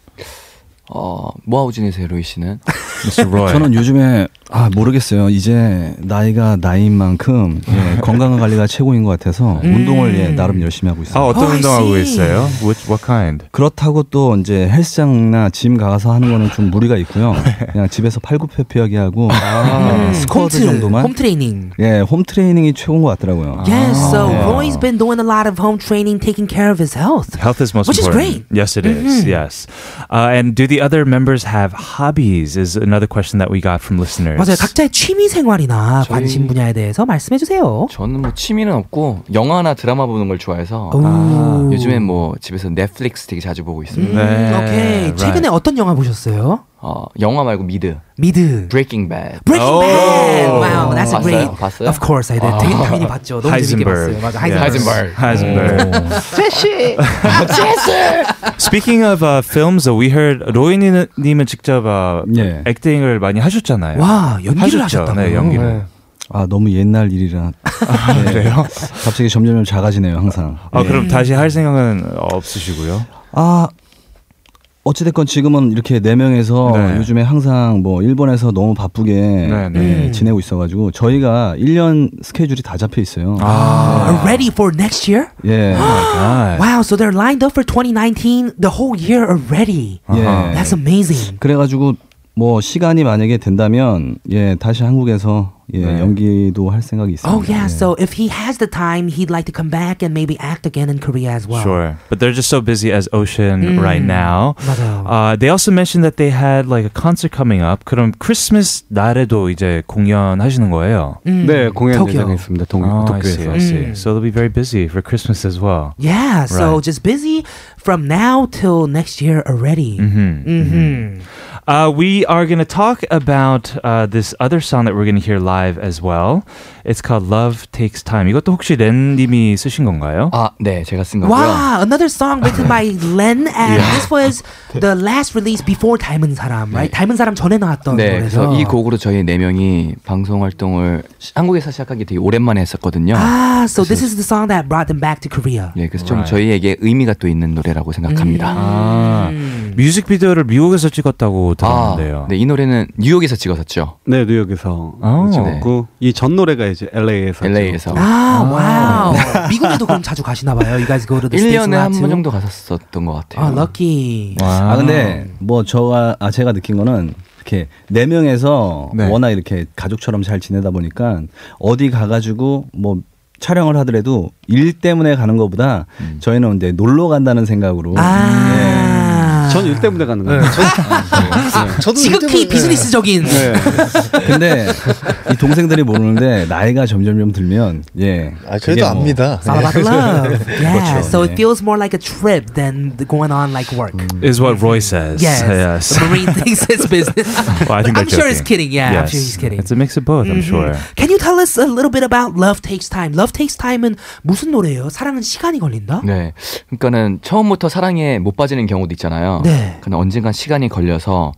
Speaker 7: 어, 뭐하고 지내세요, 로이 씨는?
Speaker 2: Mr. Roy.
Speaker 9: 저는 요즘에 아 모르겠어요. 이제 나이가 나이인 만큼 예, 건강 관리가 최고인 것 같아서
Speaker 2: 음.
Speaker 9: 운동을 예, 나름 열심히 하고 있어요.
Speaker 2: 아, 어떤 운동하고 있어요? Which, what kind?
Speaker 9: 그렇다고 또 이제 헬스장이나 짐 가서 하는 거는 좀 무리가 있고요. 그냥 집에서 팔굽혀펴기 하고 예, 스쿼트
Speaker 1: 아. 홈트,
Speaker 9: 정도만.
Speaker 1: 홈 트레이닝.
Speaker 9: 예, 홈 트레이닝이 최고인 것 같더라고요.
Speaker 1: Yes, so
Speaker 7: Oh,
Speaker 1: Roy's been doing a lot of home training, taking care of his health.
Speaker 2: Health is Mm-hmm. most
Speaker 1: Which is
Speaker 2: important.
Speaker 1: great.
Speaker 2: Yes, it is. Yes. Uh, and do the other members have hobbies? Is another question that we got from listeners.
Speaker 1: 맞아요. 각자의 취미 생활이나 관심 분야에 대해서 말씀해 주세요.
Speaker 7: 저는 뭐 취미는 없고 영화나 드라마 보는 걸 좋아해서
Speaker 1: 오.
Speaker 7: 요즘엔 뭐 집에서 넷플릭스 되게 자주 보고 있습니다.
Speaker 1: 음.
Speaker 2: 네.
Speaker 1: 오케이. 최근에 어떤 영화 보셨어요?
Speaker 7: 어, 영화 말고 미드
Speaker 1: 미드.
Speaker 7: Breaking Bad.
Speaker 1: Breaking Bad. Wow, that's a
Speaker 7: 봤어요?
Speaker 1: great.
Speaker 7: 봤어요?
Speaker 1: Of course, I did. 되게 당연히 봤죠. 너무 재밌게 봤어요.
Speaker 2: Heisenberg.
Speaker 1: 맞아.
Speaker 2: Yeah.
Speaker 1: 하이젠버그.
Speaker 2: Heisenberg. 음.
Speaker 1: 제시.
Speaker 2: Speaking of uh, films, though, we heard 로이님은 직접 uh,
Speaker 9: 예.
Speaker 2: 액팅을 많이 하셨잖아요.
Speaker 1: 와, 연기를
Speaker 2: 하셨죠.
Speaker 1: 하셨다고요?
Speaker 2: 네, 연기를.
Speaker 9: 아 너무 옛날 일이라
Speaker 2: 아,
Speaker 9: 네.
Speaker 2: 그래요?
Speaker 9: 갑자기 점점 작아지네요 항상.
Speaker 2: 아
Speaker 9: 예.
Speaker 2: 그럼 다시 할 생각은 어, 없으시고요.
Speaker 9: 아 어찌됐건 지금은 이렇게 네 명에서
Speaker 2: 네.
Speaker 9: 요즘에 항상 뭐 일본에서 너무 바쁘게
Speaker 2: 네, 네.
Speaker 9: 예, 지내고 있어가지고 저희가 1년 스케줄이 다 잡혀 있어요.
Speaker 1: Are Uh, ready for next year?
Speaker 9: 예.
Speaker 2: 아,
Speaker 1: Wow, so they're lined up for 2019 the whole year already.
Speaker 9: 예.
Speaker 1: That's amazing.
Speaker 9: 그래가지고 뭐 시간이 만약에 된다면 예 다시 한국에서 예
Speaker 2: 네.
Speaker 9: 연기도 할 생각이 있습니다.
Speaker 1: Oh yeah,
Speaker 9: 예.
Speaker 1: so if he has the time, he'd like to come back and maybe act again in Korea as well.
Speaker 2: sure. But they're just so busy as
Speaker 1: 음.
Speaker 2: Ocean right now.
Speaker 1: 맞아요.
Speaker 2: Uh, they also mentioned that they had like a concert coming up. 그럼 크리스마스 날에도 이제 공연하시는 거예요.
Speaker 1: 음.
Speaker 10: 네, 공연
Speaker 1: 도쿄.
Speaker 10: 예정했습니다. 동,
Speaker 2: Oh, 음. I see.
Speaker 10: 도쿄에서.
Speaker 2: I see.
Speaker 1: 음.
Speaker 2: So they'll be very busy for Christmas as well.
Speaker 1: Yeah, so
Speaker 2: Right.
Speaker 1: just busy from now till next year already.
Speaker 2: Mhm,
Speaker 1: Mhm.
Speaker 2: Uh, we are going to talk about uh, this other song that we're going to hear live as well. It's called Love Takes Time. 이것도 혹시 렌님이 쓰신 건가요?
Speaker 7: 아, 네, 제가 쓴 거고요.
Speaker 1: Wow, another song written by Len, and this was
Speaker 7: 네.
Speaker 1: the last release before 닮은 사람, right? 닮은 사람 전에 나왔던
Speaker 7: 네,
Speaker 1: 노래죠.
Speaker 7: 그래서 이 곡으로 저희 네 명이 방송 활동을 시- 한국에서 시작하기 되게 오랜만에 했었거든요.
Speaker 1: Ah, so this is the song that brought them back to Korea.
Speaker 7: 네, 그래서 좀
Speaker 2: Right.
Speaker 7: 저희에게 의미가 또 있는 노래라고
Speaker 1: 음.
Speaker 7: 생각합니다.
Speaker 2: 아, 뮤직비디오를 미국에서 찍었다고 들었는데요.
Speaker 7: 네, 이 노래는 뉴욕에서 찍었었죠.
Speaker 10: 네, 뉴욕에서
Speaker 2: 아.
Speaker 10: 찍었고 이 전 노래가 이제 LA에서
Speaker 2: 그렇죠.
Speaker 7: LA에서.
Speaker 1: Ah, wow. 미국에도 그럼 자주 가시나 봐요. You guys go to the
Speaker 7: 일
Speaker 1: States
Speaker 7: 1년에
Speaker 1: a
Speaker 7: 한
Speaker 1: lot
Speaker 7: 번
Speaker 1: too?
Speaker 7: 정도 갔었던 것 같아요.
Speaker 1: Ah, lucky.
Speaker 2: 와.
Speaker 9: 아 근데 뭐 저가 아 제가 느낀 거는 이렇게 네 명에서
Speaker 2: 네.
Speaker 9: 워낙 이렇게 가족처럼 잘 지내다 보니까 어디 가가지고 뭐 촬영을 하더라도 일 때문에 가는 것보다
Speaker 10: 음.
Speaker 9: 저희는 이제 놀러 간다는 생각으로 예.
Speaker 1: 아.
Speaker 7: 네.
Speaker 10: 전일 때문에 가는
Speaker 2: 네.
Speaker 10: 거예요.
Speaker 8: 저도
Speaker 1: 지극히
Speaker 8: 이때문에-
Speaker 1: 비즈니스적인.
Speaker 7: 네.
Speaker 9: 근데 이 동생들이 모르는데 나이가 점점 좀 들면 예
Speaker 8: 아,
Speaker 9: 그게
Speaker 8: 그래도
Speaker 9: 뭐-
Speaker 8: 압니다.
Speaker 1: It's all about love. Yeah.
Speaker 9: 그렇죠.
Speaker 1: So
Speaker 9: 예.
Speaker 1: it feels more like a trip than the going on like work.
Speaker 2: Is what Roy says.
Speaker 1: Yes. Marine thinks it's business.
Speaker 2: Well, I think
Speaker 1: I'm
Speaker 2: they're
Speaker 1: sure he's kidding.
Speaker 2: joking.
Speaker 1: Yeah, I'm
Speaker 2: Yes.
Speaker 1: sure he's kidding. Mm-hmm.
Speaker 2: It's a mix of both, I'm sure.
Speaker 1: Can you tell us a little bit about Love Takes Time? Love Takes Time은 무슨 노래예요? 사랑은 시간이 걸린다?
Speaker 7: 네. 그러니까는 처음부터 사랑에 못 빠지는 경우도 있잖아요.
Speaker 1: 네.
Speaker 7: 근데 언젠간 시간이 걸려서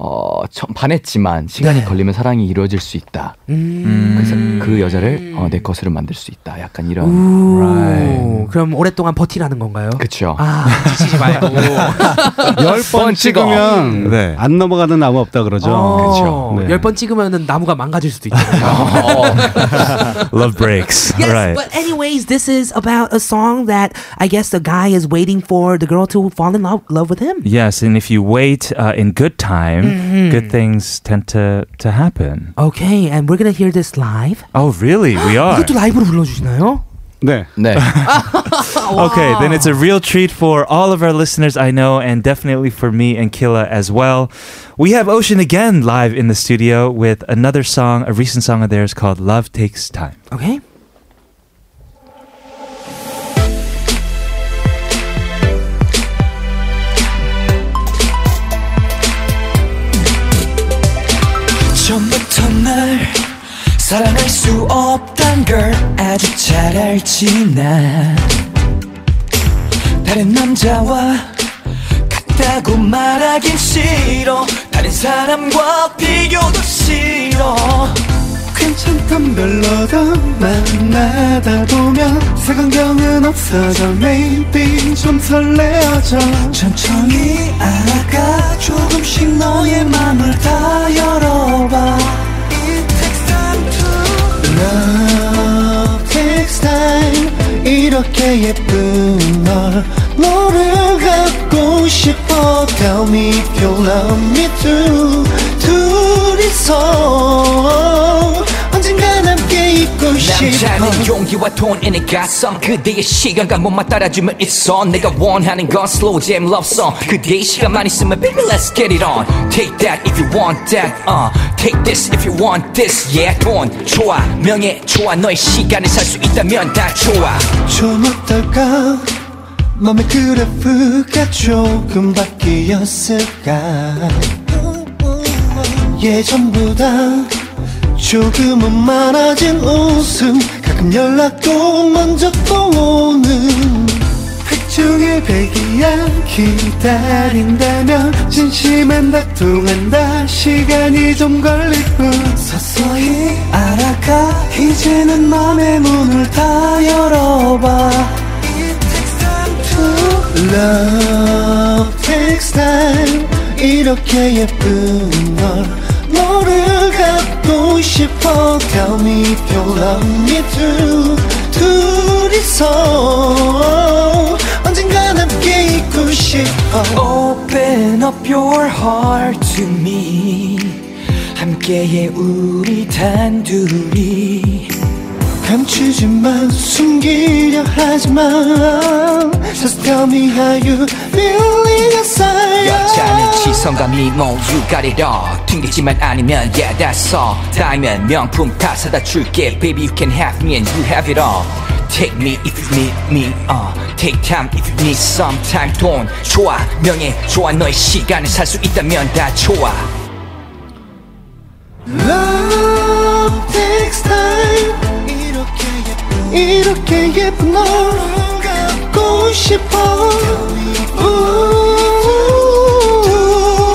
Speaker 7: 어, 처- 반했지만 시간이
Speaker 1: 네. 음.
Speaker 7: 걸리면 사랑이 이루어질 수 있다. 그래서 그 여자를 어, 내 것으로 만들 수 있다. 약간 이런.
Speaker 1: 오, 그럼 오랫동안 버티라는 건가요?
Speaker 7: 그렇죠.
Speaker 1: 아, 지치지 말고.
Speaker 10: 열번
Speaker 1: Mm-hmm.
Speaker 10: 찍으면
Speaker 2: 네.
Speaker 10: 안 넘어가는 나무 없다 그러죠.
Speaker 1: 어,
Speaker 10: 네.
Speaker 1: 열번 찍으면은 나무가 망가질 수도 있죠.
Speaker 7: 어.
Speaker 2: Love breaks.
Speaker 1: Yes,
Speaker 2: right.
Speaker 1: but anyways, this is about a song that I guess the guy is waiting for the girl to fall in love, love with him.
Speaker 2: Yes, and if you wait uh, in good time,
Speaker 1: Mm-hmm.
Speaker 2: good things tend to, to happen.
Speaker 1: Okay, and we're gonna hear this live.
Speaker 2: Oh, really? We are.
Speaker 1: 이것도 라이브로 불러주시나요?
Speaker 10: 네.
Speaker 7: 네.
Speaker 2: Okay, then it's a real treat for all of our listeners, I know, and definitely for me and Killa as well. We have Ocean again live in the studio with another song, a recent song of theirs called Love Takes Time.
Speaker 1: Okay.
Speaker 5: 처음부터 널 사랑할 수 없단 걸 아주 잘 알지 난 다른 남자와 같다고 말하긴 싫어 다른 사람과 비교도 싫어
Speaker 3: 괜찮던 별로던 만나다 보면 색안경은 없어져 maybe 좀 설레어져
Speaker 5: 천천히 알아가 조금씩 너의 맘을 다여
Speaker 3: 이렇게 예쁜 널 너를 갖고 싶어 Tell me if you love me too 둘이서 언젠가 함께 있고
Speaker 8: 예.
Speaker 3: 싶어
Speaker 5: 남자는 용기와 돈인의 가성 그대의 시간과 몸만 따라주면 it's on 내가 원하는 건 slow jam love song 그대의 시간만 있으면 baby let's get it on take that if you want that uh. take this if you want this yeah 돈 좋아 명예 좋아 너의 시간을 살 수 있다면 다 좋아
Speaker 3: 좀 어떨까 맘의 그래프가 조금 바뀌었을까 예전보다 조금은 많아진 웃음 가끔 연락도 먼저 또 오는 백중의 백이야 기다린다면 진심엔 다통한다 시간이 좀 걸릴 뿐 서서히 알아가 이제는 맘의 문을 다 열어봐 It takes time to love takes time 이렇게 예쁜 널 너를 갖고 싶어 Tell me if you love me too 둘이서 언젠가 함께 있고 싶어
Speaker 5: Open up your heart to me 함께해 우리 단둘이
Speaker 3: 감추지만 숨기려 하지만 Just tell me how you really
Speaker 5: 여자는
Speaker 3: desire
Speaker 5: 지성과 미모 You got it all 튕기지만 아니면 Yeah that's all 다이면 명품 다 사다 줄게 Baby you can have me and you have it all Take me if you need me uh. Take time if you need some time 돈 좋아 명예 좋아 너의 시간을 살 수 있다면 다 좋아
Speaker 3: Love takes
Speaker 11: 아,
Speaker 3: time 이렇게 예쁜 널 갖고 싶어 우,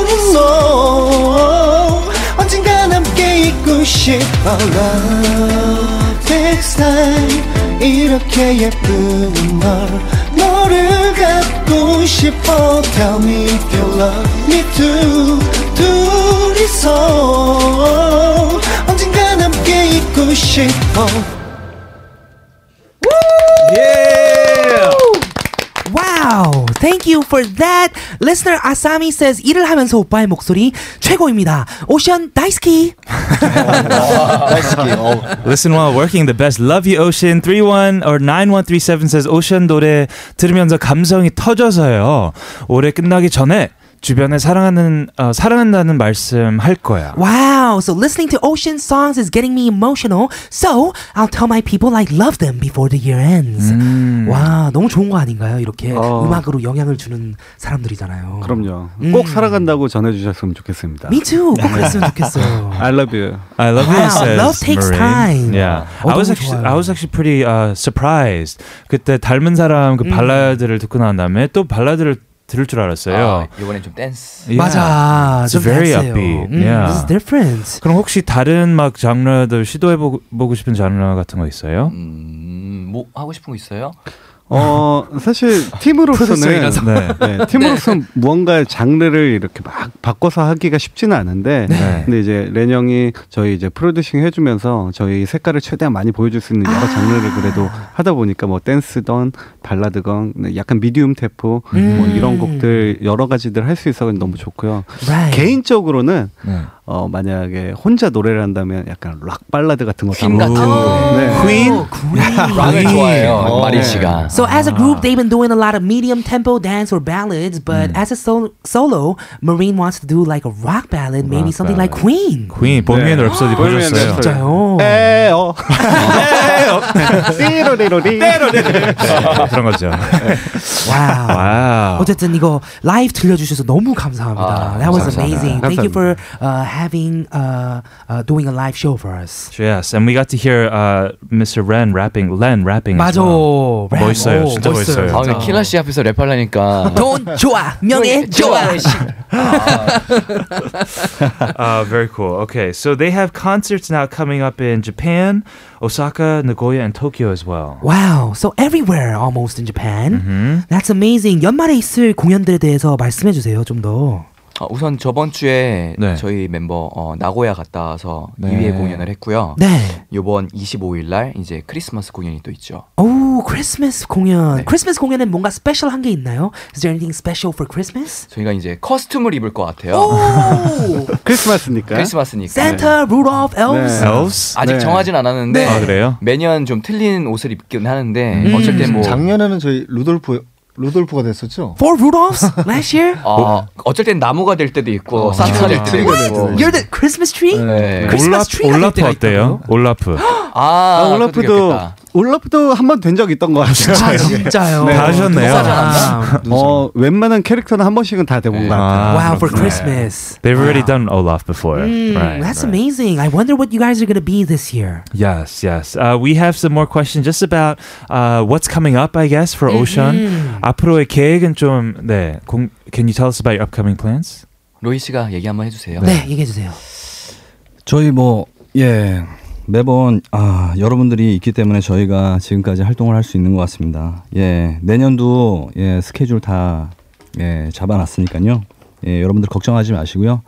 Speaker 3: 둘이서 언젠가 함께 있고 싶어 Love takes time 이렇게 예쁜 널 너를 갖고 싶어 Tell me if you love me too 둘이서 언젠가 함께 있고 싶어
Speaker 1: Wow, thank you for that. Listener Asami says 일을 하면서 오빠의 목소리 최고입니다. 오션 다이스키.
Speaker 8: 아,
Speaker 11: 아,
Speaker 2: Listen while working the best. Love you Ocean 31 or 9137 says Ocean 노래 들으면서 감성이 터져서요. 올해 끝나기 전에 주변에 사랑하는 어, 사랑한다는 말씀 할 거야.
Speaker 1: Wow, so listening to ocean songs is getting me emotional. So I'll tell my people I love them before the year ends.
Speaker 2: 음.
Speaker 1: 와, 너무 좋은 거 아닌가요? 이렇게
Speaker 10: 어.
Speaker 1: 음악으로 영향을 주는 사람들이잖아요.
Speaker 10: 그럼요.
Speaker 1: 음.
Speaker 10: 꼭 살아간다고 전해주셨으면 좋겠습니다.
Speaker 1: Me too. 꼭 그랬으면 좋겠어요.
Speaker 10: I love you.
Speaker 2: I love you.
Speaker 1: Wow,
Speaker 2: says
Speaker 1: love takes
Speaker 2: Marie.
Speaker 1: time.
Speaker 2: Yeah,
Speaker 1: 어,
Speaker 2: I was
Speaker 1: 너무
Speaker 2: actually
Speaker 1: 좋아요.
Speaker 2: I was actually pretty uh, surprised. 그때 닮은 사람
Speaker 1: 음.
Speaker 2: 그 발라드를 듣고 난 다음에 또 발라드를 들을 줄 알았어요.
Speaker 7: 아, 이번엔 좀 댄스.
Speaker 2: Yeah.
Speaker 1: 맞아.
Speaker 2: It's
Speaker 1: 좀
Speaker 2: very
Speaker 1: 낯세요.
Speaker 2: upbeat.
Speaker 1: 음,
Speaker 2: Yeah.
Speaker 1: This is different.
Speaker 2: 그럼 혹시 다른 막 장르들 시도해 보고 싶은 장르 같은 거 있어요?
Speaker 7: 음, 뭐 하고 싶은 거 있어요?
Speaker 10: 어 사실 팀으로서는
Speaker 2: 프로듀서이라서. 네.
Speaker 10: 네, 팀으로서는 무언가의 장르를 이렇게 막 바꿔서 하기가 쉽지는 않은데
Speaker 2: 네.
Speaker 10: 근데 이제 렌영이 저희 이제 프로듀싱 해주면서 저희 색깔을 최대한 많이 보여줄 수 있는
Speaker 2: 아.
Speaker 10: 여러 장르를 그래도 하다 보니까 뭐 댄스던 발라드건 네, 약간 미디움 테포 뭐
Speaker 1: 음.
Speaker 10: 이런 곡들 여러 가지들 할 수 있어서 너무 좋고요
Speaker 1: Right.
Speaker 10: 개인적으로는
Speaker 2: 네.
Speaker 10: 어, 만약에 혼자 노래를 한다면 약간 락 발라드 같은 거
Speaker 7: 퀸 같은
Speaker 10: 담고. 네.
Speaker 1: Oh, Queen.
Speaker 7: 락을 좋아해요.
Speaker 10: 어,
Speaker 7: 마리
Speaker 10: 네.
Speaker 7: 씨가.
Speaker 1: So as a group, they've been doing a lot of medium tempo dance or ballads, but as a sol- solo, Marine wants to do like a rock ballad, maybe
Speaker 2: Rock
Speaker 1: something like
Speaker 2: ballad.
Speaker 1: Queen.
Speaker 2: 퀸 보미의
Speaker 10: 네.
Speaker 2: 랩소디
Speaker 10: 보헤미안
Speaker 2: 보셨어요?
Speaker 10: 랩소디.
Speaker 1: 진짜요?
Speaker 10: 네. 에어. 에어. 띠로리로리.
Speaker 2: 아, 그런 거죠.
Speaker 1: 와우.
Speaker 2: 와우.
Speaker 1: 네. 어쨌든 이거 라이브 들려주셔서 너무 감사합니다.
Speaker 7: 아,
Speaker 1: that was
Speaker 7: 감사합니다.
Speaker 1: amazing. Thank you for uh, having uh, uh, doing a live show for us.
Speaker 2: Yes, and we got to hear uh, Mr. Ren rapping, Len rapping. as
Speaker 1: 맞아.
Speaker 2: well.
Speaker 1: 랩.
Speaker 2: 멋있어요.
Speaker 1: 오,
Speaker 2: 진짜 멋있어요.
Speaker 7: 아, 근데 킬라 씨 앞에서 랩하려니까
Speaker 1: 돈 좋아, 명예 좋아.
Speaker 2: Uh, very cool. Okay, so they have concerts now coming up in Japan, Osaka, Nagoya, and Tokyo as well.
Speaker 1: Wow, so everywhere
Speaker 2: Mm-hmm.
Speaker 1: almost in Japan. That's amazing. 연말에 있을 공연들에 대해서 말씀해 주세요, 좀 더.
Speaker 7: 아, 우선 저번 주에
Speaker 2: 네.
Speaker 7: 저희 멤버 어, 나고야 갔다 와서
Speaker 2: 네.
Speaker 7: 2위에 공연을 했고요.
Speaker 1: 네.
Speaker 7: 이번 25일 날 이제 크리스마스 공연이 또 있죠.
Speaker 1: 오, 크리스마스 Oh, 공연. 크리스마스 공연엔 뭔가 스페셜한 게 있나요? Is there anything special for Christmas?
Speaker 7: 저희가 이제 커스튬을 입을 것 같아요. 그러니까?
Speaker 10: 크리스마스니까.
Speaker 7: 크리스마스니까. 네.
Speaker 1: Santa, Rudolph, Elves.
Speaker 2: Elves?
Speaker 7: 아직
Speaker 10: 네.
Speaker 7: 정하진 않았는데
Speaker 2: 아, 그래요?
Speaker 7: 매년 좀 틀린 옷을 입긴 하는데 어쨌든 뭐
Speaker 8: 작년에는 저희 루돌프 루돌프가 됐었죠.
Speaker 1: Four Rudolphs last year?
Speaker 7: 어, 어쩔 땐 나무가 될 때도 있고 산타가 어, 될 때도 있고
Speaker 1: You're the Christmas tree?
Speaker 7: 네.
Speaker 1: 크리스마스
Speaker 2: 올라프,
Speaker 1: 트리가
Speaker 2: 올라프
Speaker 1: 될 때가
Speaker 2: 어때요? 올라프.
Speaker 7: 아,
Speaker 10: 아,
Speaker 7: 그것도
Speaker 10: 올라프도
Speaker 7: 귀엽겠다.
Speaker 10: 올라프도 한 번 된 적 있던 것 같아요.
Speaker 1: 아, 진짜요?
Speaker 2: 다 하셨네요.
Speaker 1: 아,
Speaker 10: 어, 웬만한 캐릭터는 한 번씩은 다 돼본 것
Speaker 1: Ah,
Speaker 2: 아,
Speaker 10: 같아요.
Speaker 1: wow, for
Speaker 2: 그렇구나.
Speaker 1: Christmas.
Speaker 2: Uh, They've already
Speaker 1: Wow.
Speaker 2: done Olaf before.
Speaker 1: Mm,
Speaker 2: right,
Speaker 1: that's
Speaker 2: right.
Speaker 1: amazing. I wonder what you guys are going to be this year.
Speaker 2: Yes, yes. Uh, we have some more questions just about uh, what's coming up, I guess,
Speaker 1: Mm-hmm.
Speaker 2: for Ocean. 앞으로의 계획은 좀, 네. 공, can you tell us about your upcoming plans?
Speaker 7: 로이 씨가 얘기 한번 해주세요.
Speaker 1: 네, 얘기해 주세요.
Speaker 9: 저희 뭐, 예. 매번, 아, 여러분들이 있기 때문에 저희가 지금까지 활동을 할 수 있는 것 같습니다. 예. 내년도, 예, 스케줄 다, 예, 잡아놨으니까요. 예, 여러분들 걱정하지 마시고요.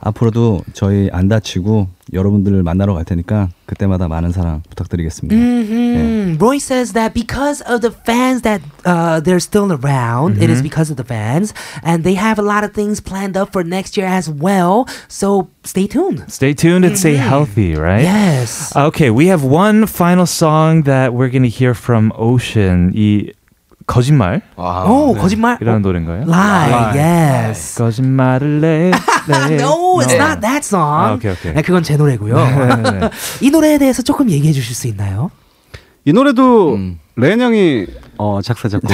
Speaker 9: 앞으로도 저희 안 다치고 여러분들을 만나러 갈 테니까 그때마다 많은 사랑 부탁드리겠습니다.
Speaker 10: 음.
Speaker 1: hmm Roy says that because of the fans that uh, they're still around, it is because of the fans, and they have a lot of things planned up for next year as well. So stay tuned.
Speaker 2: Stay tuned and stay healthy, right?
Speaker 1: Mm-hmm. Yes.
Speaker 2: Okay, we have one final song that we're going to hear from Ocean. 이 거짓말이라는
Speaker 7: 와.
Speaker 1: oh, 거짓말.
Speaker 2: 노래인가요?
Speaker 1: Lie. Yes.
Speaker 2: 거짓말을 내. 내.
Speaker 1: No, it's
Speaker 7: No.
Speaker 1: not that song.
Speaker 2: 네. 그 아, 오케이, 오케이.
Speaker 1: 네, 그건 제 노래고요. 이 노래에 대해서 조금 얘기해 주실 수 있나요?
Speaker 10: 이 노래도
Speaker 7: 음.
Speaker 10: 렌 형이 어, 작사 작곡.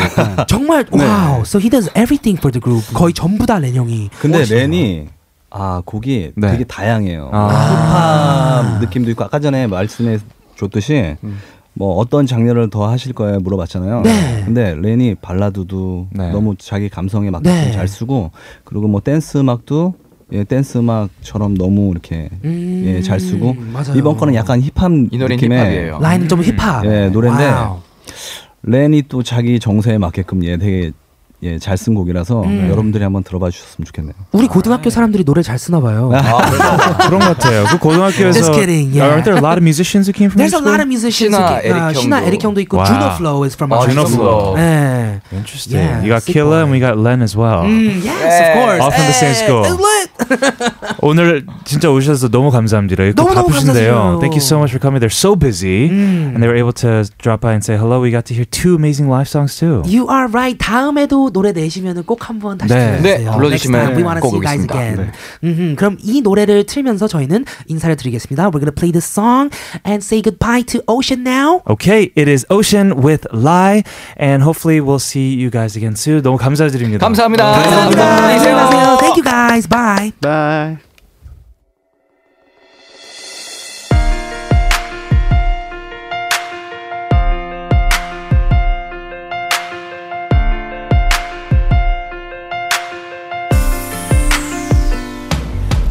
Speaker 1: 정말 wow. So he does everything for the group. 거의 전부 다 렌형이.
Speaker 9: 근데 렌이 아 곡이
Speaker 2: 네.
Speaker 9: 되게 다양해요.
Speaker 2: 아.
Speaker 9: 힙합 느낌도 있고 아까 전에 말씀해 줬듯이
Speaker 7: 음.
Speaker 9: 뭐 어떤 장르를 더 하실 거예요 물어봤잖아요.
Speaker 1: 네.
Speaker 9: 근데 렌이 발라드도
Speaker 2: 네.
Speaker 9: 너무 자기 감성에 맞게
Speaker 1: 네.
Speaker 9: 좀잘 쓰고 그리고 뭐 댄스 음악도 예, 댄스 음악처럼 너무 이렇게
Speaker 1: 음,
Speaker 9: 예, 잘 쓰고
Speaker 1: 맞아요.
Speaker 9: 이번 거는 약간 힙합
Speaker 7: 이 노래는
Speaker 9: 느낌의
Speaker 7: 힙합이에요.
Speaker 1: 라인은 좀 힙합.
Speaker 9: 예, 노래인데
Speaker 1: 와우.
Speaker 9: 렌이 또 자기 정서에 맞게끔 예 되게 예, 잘 쓴 곡이라서
Speaker 1: 음.
Speaker 9: 여러분들이 한번 들어봐 주셨으면 좋겠네요.
Speaker 1: 우리 고등학교 사람들이 노래 잘 쓰나 봐요.
Speaker 7: 아,
Speaker 2: 그런 것 같아요. 그 고등학교에서
Speaker 1: Just kidding, yeah.
Speaker 2: aren't there a lot of musicians who came from
Speaker 1: There's a
Speaker 2: your
Speaker 1: lot
Speaker 2: school?
Speaker 1: of musicians. who Uh,
Speaker 7: 신화,
Speaker 1: can- 아,
Speaker 7: 에릭
Speaker 1: 신화
Speaker 7: 형도.
Speaker 1: 에릭 형도 있고
Speaker 2: 와.
Speaker 1: Juno Flow is from Eh.
Speaker 7: 아,
Speaker 1: our
Speaker 2: Oh, Juno
Speaker 1: school.
Speaker 2: Flow.
Speaker 1: 네.
Speaker 2: Interesting.
Speaker 1: Yeah,
Speaker 2: you got
Speaker 1: sick
Speaker 2: Killa
Speaker 1: one.
Speaker 2: and we got Len as well.
Speaker 1: Mm, yes, of
Speaker 7: Yeah.
Speaker 1: course.
Speaker 2: All from the
Speaker 7: Eh,
Speaker 2: same
Speaker 1: Hey,
Speaker 2: school.
Speaker 1: look.
Speaker 2: 오늘 진짜 오셔서 너무 감사합니다. 이렇게
Speaker 1: 너무너무
Speaker 2: 바쁘신데요.
Speaker 1: 감사드려요.
Speaker 2: Thank you so much for coming. They're so busy
Speaker 1: 음.
Speaker 2: and they were able to drop by and say hello. We got to hear two amazing live songs too.
Speaker 1: You are right. 다음에도 노래 내시면은 꼭 한번 다시
Speaker 2: 네.
Speaker 1: 들려주세요.
Speaker 7: 네, 불러주시면
Speaker 1: Next time we wanna
Speaker 7: 꼭
Speaker 1: see you guys
Speaker 7: 오겠습니다.
Speaker 1: again. 음흠, 그럼 이 노래를 틀면서 저희는 인사를 드리겠습니다. We're gonna play this song and say goodbye to Ocean now.
Speaker 2: Okay, it is Ocean with Lie and hopefully we'll see you guys again soon. 너무 감사드립니다.
Speaker 7: 감사합니다. 안녕히 계세요. 네.
Speaker 1: 안녕하세요. Thank you guys. Bye.
Speaker 10: 바이.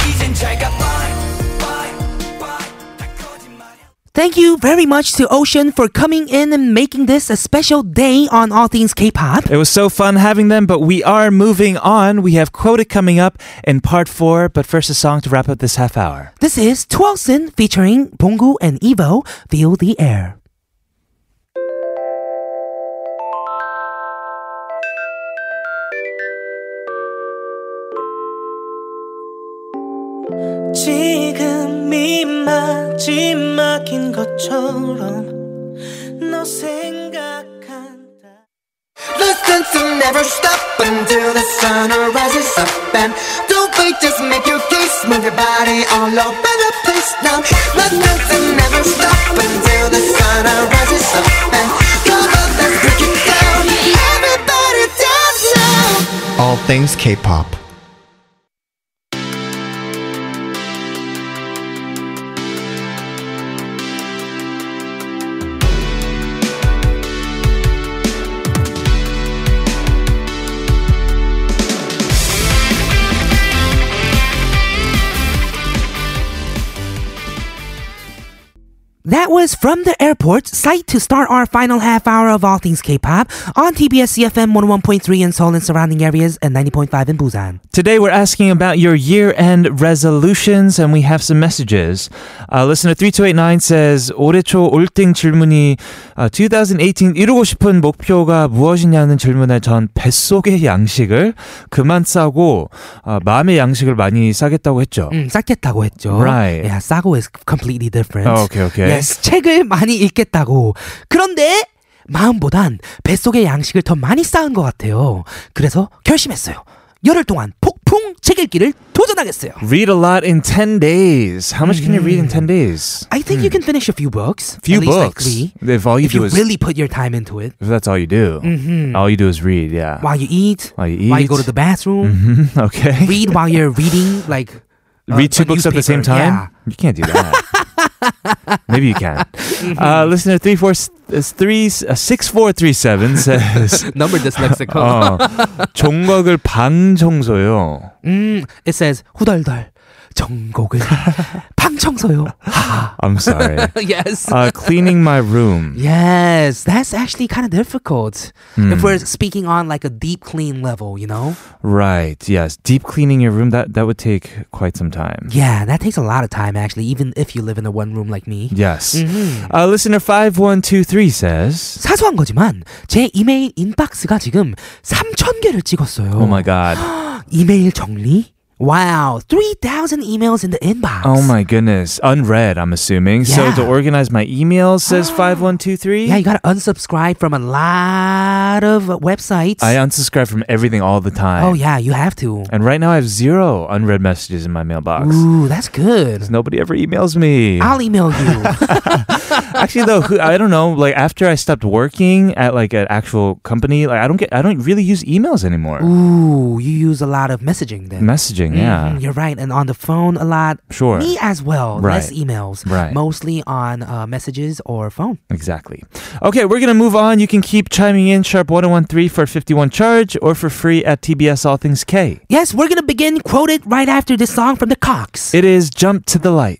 Speaker 5: 이젠 잘가 bye bye bye 다 거짓말이야
Speaker 1: Thank you very much to Ocean for coming in and making this a special day on All Things K-pop.
Speaker 2: It was so fun having them, but we are moving on. We have Quota coming up in part four, but first a song to wrap up this half hour.
Speaker 1: This is Twelson featuring Bongu and Evo, Feel the Air.
Speaker 6: 지금이 마지막인 것처럼 너 생각한다 Listen to never stop until the sun rises up and don't wait just make your case move your body all over the place now Listen to never stop until the sun rises up and come on let's break it down everybody dance now
Speaker 11: All things K-pop.
Speaker 1: That was From the Airport, site to start our final half hour of All Things K-Pop on TBS CFM 101.3 in Seoul and surrounding areas and 90.5 in Busan.
Speaker 2: Today, we're asking about your year end resolutions, and we have some messages. Uh, listener 3289 says, 올해 초 올땡 질문이 어, 2018 이루고 싶은 목표가 무엇이냐는 질문에 전 뱃속의 양식을 그만 싸고 어, 마음의 양식을 많이 싸겠다고 했죠.
Speaker 1: 음, 싸겠다고 했죠.
Speaker 2: Right.
Speaker 1: Yeah, 싸고 is completely different.
Speaker 2: 아, 오케이, 오케이.
Speaker 1: Yes, 책을 많이 읽겠다고. 그런데 마음보단 뱃속의 양식을 더 많이 쌓은 것 같아요. 그래서 결심했어요. 열흘 동안 폭풍 책 읽기를 도전하겠어요.
Speaker 2: Read a lot in 10 days. How much can you read in 10 days?
Speaker 1: Mm-hmm. I think you can finish a few books.
Speaker 2: Few
Speaker 1: at least like
Speaker 2: books.
Speaker 1: three.
Speaker 2: If all you
Speaker 1: if
Speaker 2: do
Speaker 1: you
Speaker 2: is-
Speaker 1: really put your time into it.
Speaker 2: If that's all you do,
Speaker 1: Mhm.
Speaker 2: all you do is read, yeah.
Speaker 1: While you eat,
Speaker 2: While you
Speaker 1: while you
Speaker 2: eat.
Speaker 1: go to the bathroom,
Speaker 2: Mhm, okay.
Speaker 1: read while you're reading, like uh,
Speaker 2: read
Speaker 1: a
Speaker 2: two books at the same
Speaker 1: newspaper.
Speaker 2: time?
Speaker 1: Yeah.
Speaker 2: You can't do that. Maybe you can.
Speaker 1: Mm-hmm.
Speaker 2: Uh, listener three four s- uh, three uh, six four three seven says
Speaker 1: number dyslexic.
Speaker 2: 어, 종각을 방 청소요.
Speaker 1: 음, it says 후덜덜 정곡을 방청소요.
Speaker 2: I'm sorry.
Speaker 1: yes.
Speaker 2: Uh, cleaning my room.
Speaker 1: Yes, that's actually kind of difficult
Speaker 2: Hmm.
Speaker 1: if we're speaking on like a deep clean level, you know?
Speaker 2: Right. Yes. Deep cleaning your room. That that would take quite some time.
Speaker 1: Yeah, that takes a lot of time actually, even if you live in a one room like me.
Speaker 2: Yes.
Speaker 1: Mhm.
Speaker 2: Uh, listener five one two three says.
Speaker 1: 사소한 거지만 제 이메일 인박스가 지금 3,000개를 찍었어요.
Speaker 2: Oh my god.
Speaker 1: 이메일 정리? Wow, 3,000 emails in the inbox.
Speaker 2: Oh my goodness. Unread, I'm assuming.
Speaker 1: Yeah.
Speaker 2: So to organize my emails says 5123.
Speaker 1: Yeah, you gotta unsubscribe from a lot of websites.
Speaker 2: I unsubscribe from everything all the time.
Speaker 1: oh yeah, you have to.
Speaker 2: And right now I have zero unread messages in my mailbox.
Speaker 1: Ooh, that's good.
Speaker 2: 'Cause Nobody ever emails me.
Speaker 1: I'll email you.
Speaker 2: Actually, though, who- I don't know. Like after I stopped working at like an actual company, like I don't get, I don't really use emails anymore.
Speaker 1: Ooh, you use a lot of messaging then.
Speaker 2: Messaging, yeah,
Speaker 1: Mhm, you're right, and on the phone a lot.
Speaker 2: Sure.
Speaker 1: Me as well. Less
Speaker 2: Right.
Speaker 1: emails.
Speaker 2: Right.
Speaker 1: Mostly on uh, messages or phone.
Speaker 2: exactly. Okay, we're gonna move on. You can keep chiming in sharp one oh one three for fifty one charge or for free at TBS All Things K.
Speaker 1: Yes, we're gonna begin quoted right after this song from the Cox.
Speaker 2: It is Jump to the Light.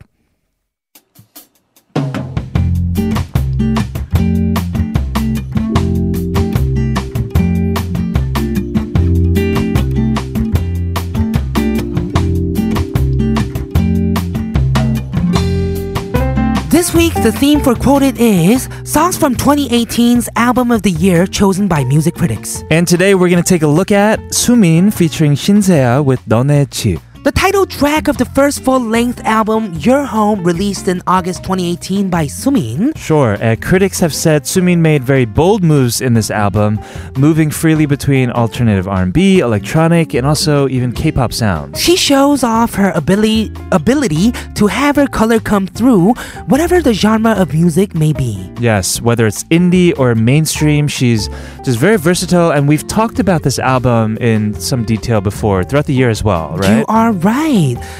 Speaker 2: it.
Speaker 1: This week, the theme for Quoted is songs from 2018's Album of the Year chosen by music critics.
Speaker 2: And today we're going to take a look at Sumin featuring Shinseya with 너네 집.
Speaker 1: The title track of the first full length album, Your Home, released in August 2018 by Sumin.
Speaker 2: Sure, uh, critics have said Sumin made very bold moves in this album, moving freely between alternative R&B, electronic, and also even K-pop sounds.
Speaker 1: She shows off her ability, ability to have her color come through, whatever the genre of music may be.
Speaker 2: Yes, whether it's indie or mainstream, she's just very versatile, and we've talked about this album in some detail before throughout the year as well, right?
Speaker 1: You are right.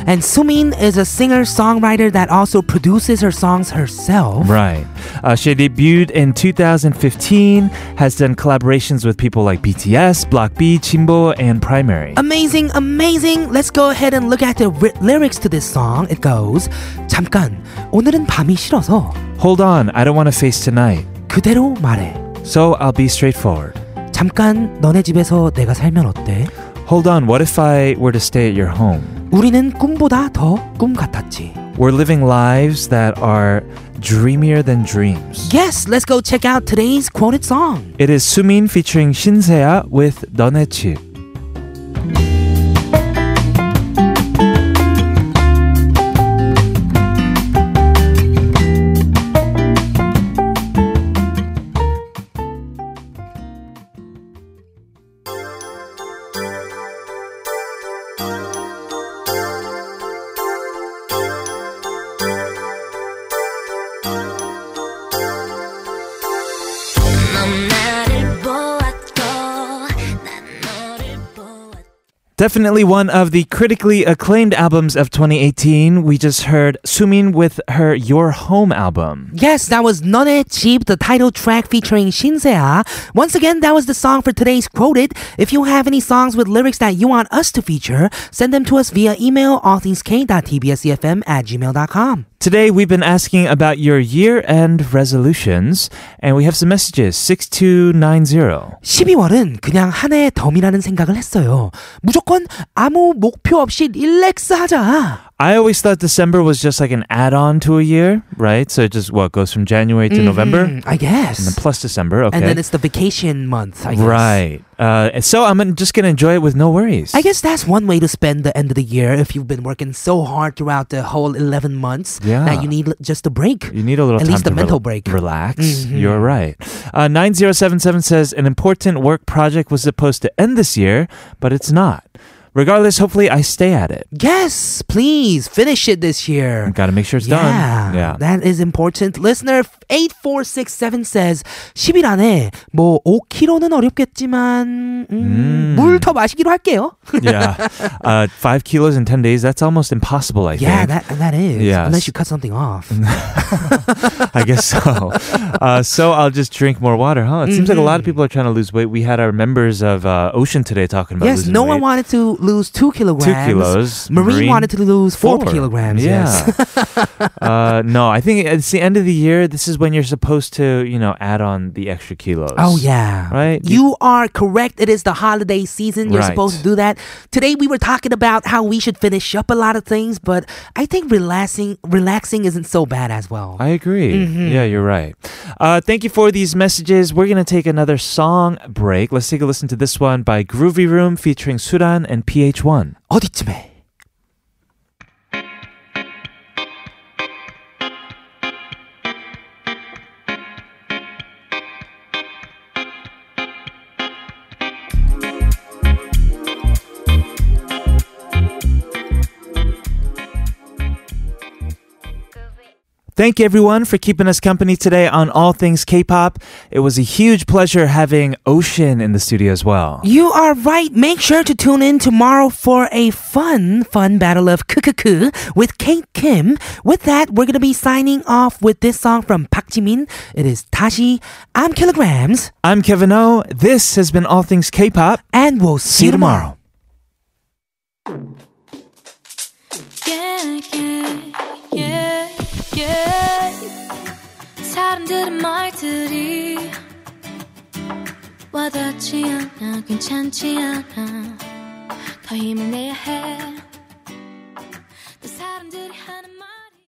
Speaker 1: And Sumin is a singer songwriter that also produces her songs herself.
Speaker 2: Right. Uh, she debuted in 2015, has done collaborations with people like BTS, Block B, Chimbo, and Primary.
Speaker 1: Amazing, amazing. Let's go ahead and look at the ri- lyrics to this song. It goes 잠깐 오늘은 밤이 싫어서
Speaker 2: Hold on, I don't want to face tonight,
Speaker 1: 그대로 말해.
Speaker 2: so I'll be straightforward.
Speaker 1: 잠깐 너네 집에서 내가 살면 어때?
Speaker 2: Hold on, what if I were to stay at your home?
Speaker 1: 우리는 꿈보다 더 꿈 같았지.
Speaker 2: We're living lives that are dreamier than dreams.
Speaker 1: Yes, let's go check out today's quoted song.
Speaker 2: It is Sumin featuring Shinseya with 너네 집. Definitely one of the critically acclaimed albums of 2018. We just heard Sumin with her Your Home album.
Speaker 1: Yes, that was None Cheap, the title track featuring Shinsea. Once again, that was the song for today's quoted. If you have any songs with lyrics that you want us to feature, send them to us via email allthingsk.tbscfm at gmail.com.
Speaker 2: Today, we've been asking about your year end resolutions, and we have some messages 6290.
Speaker 1: 12월은 그냥 한 해의 덤이라는 생각을 했어요. 무조건 아무 목표 없이 릴렉스 하자.
Speaker 2: I always thought December was just like an add on to a year, right? So it just what goes from January to November?
Speaker 1: 음, I guess.
Speaker 2: And then plus December, okay.
Speaker 1: Mm-hmm. And then it's the vacation month, I guess.
Speaker 2: Right. Uh, and so I'm just going to enjoy it with no worries.
Speaker 1: I guess that's one way to spend the end of the year if you've been working so hard throughout the whole 11 months
Speaker 2: Yeah.
Speaker 1: that you need l- just a break.
Speaker 2: You need a little
Speaker 1: At
Speaker 2: time
Speaker 1: least
Speaker 2: to
Speaker 1: a mental
Speaker 2: rel-
Speaker 1: break.
Speaker 2: Relax.
Speaker 1: Mhm.
Speaker 2: You're right. Uh, 9077 says an important work project was supposed to end this year, but it's not. Regardless, hopefully I stay at it.
Speaker 1: Yes, please finish it this year.
Speaker 2: Got to make sure it's
Speaker 1: Yeah,
Speaker 2: done. Yeah.
Speaker 1: that is important. Listener 8467 says 10일 안에 뭐 5kg는 어렵겠지만 물 더 마시기로 할게요.
Speaker 2: yeah. Uh, five kilos in 10 days, that's almost impossible, I
Speaker 1: yeah,
Speaker 2: think.
Speaker 1: that that is
Speaker 2: Yes.
Speaker 1: unless you cut something off.
Speaker 2: I guess so. Uh, so I'll just drink more water, huh? It seems like a
Speaker 1: Mm-hmm.
Speaker 2: lot of people are trying to lose weight. We had our members of uh, Ocean today talking about
Speaker 1: yes,
Speaker 2: losing
Speaker 1: no one
Speaker 2: weight.
Speaker 1: wanted to lose two kilograms.
Speaker 2: Two kilos.
Speaker 1: Marine, wanted to lose four,
Speaker 2: four.
Speaker 1: kilograms.
Speaker 2: Yeah.
Speaker 1: Yes.
Speaker 2: uh, no, I think it's the end of the year. This is when you're supposed to, you know, add on the extra kilos.
Speaker 1: Oh yeah.
Speaker 2: Right?
Speaker 1: You are correct. It is the holiday season. You're
Speaker 2: Right.
Speaker 1: supposed to do that. Today we were talking about how we should finish up a lot of things, but I think relaxing relaxing isn't so bad as well.
Speaker 2: I agree.
Speaker 1: Mm-hmm.
Speaker 2: Yeah, you're right. Uh, thank you for these messages. We're going to take another song break. Let's take a listen to this one by Groovy Room featuring Sudan and PH1.
Speaker 1: 어디쯤에?
Speaker 2: Thank you, everyone for keeping us company today on All Things K-Pop. It was a huge pleasure having Ocean in the studio as well.
Speaker 1: You are right. Make sure to tune in tomorrow for a fun, fun battle of Kukuku with Kate Kim. With that, we're going to be signing off with this song from Park Jimin. It is Tashi, I'm Kilograms,
Speaker 2: I'm Kevin O. This has been All Things K-Pop.
Speaker 1: and we'll see, you tomorrow.
Speaker 12: Yeah, yeah, yeah, yeah. 사람들의 말들이 와닿지 않아 괜찮지 않아 더 힘을 내야 해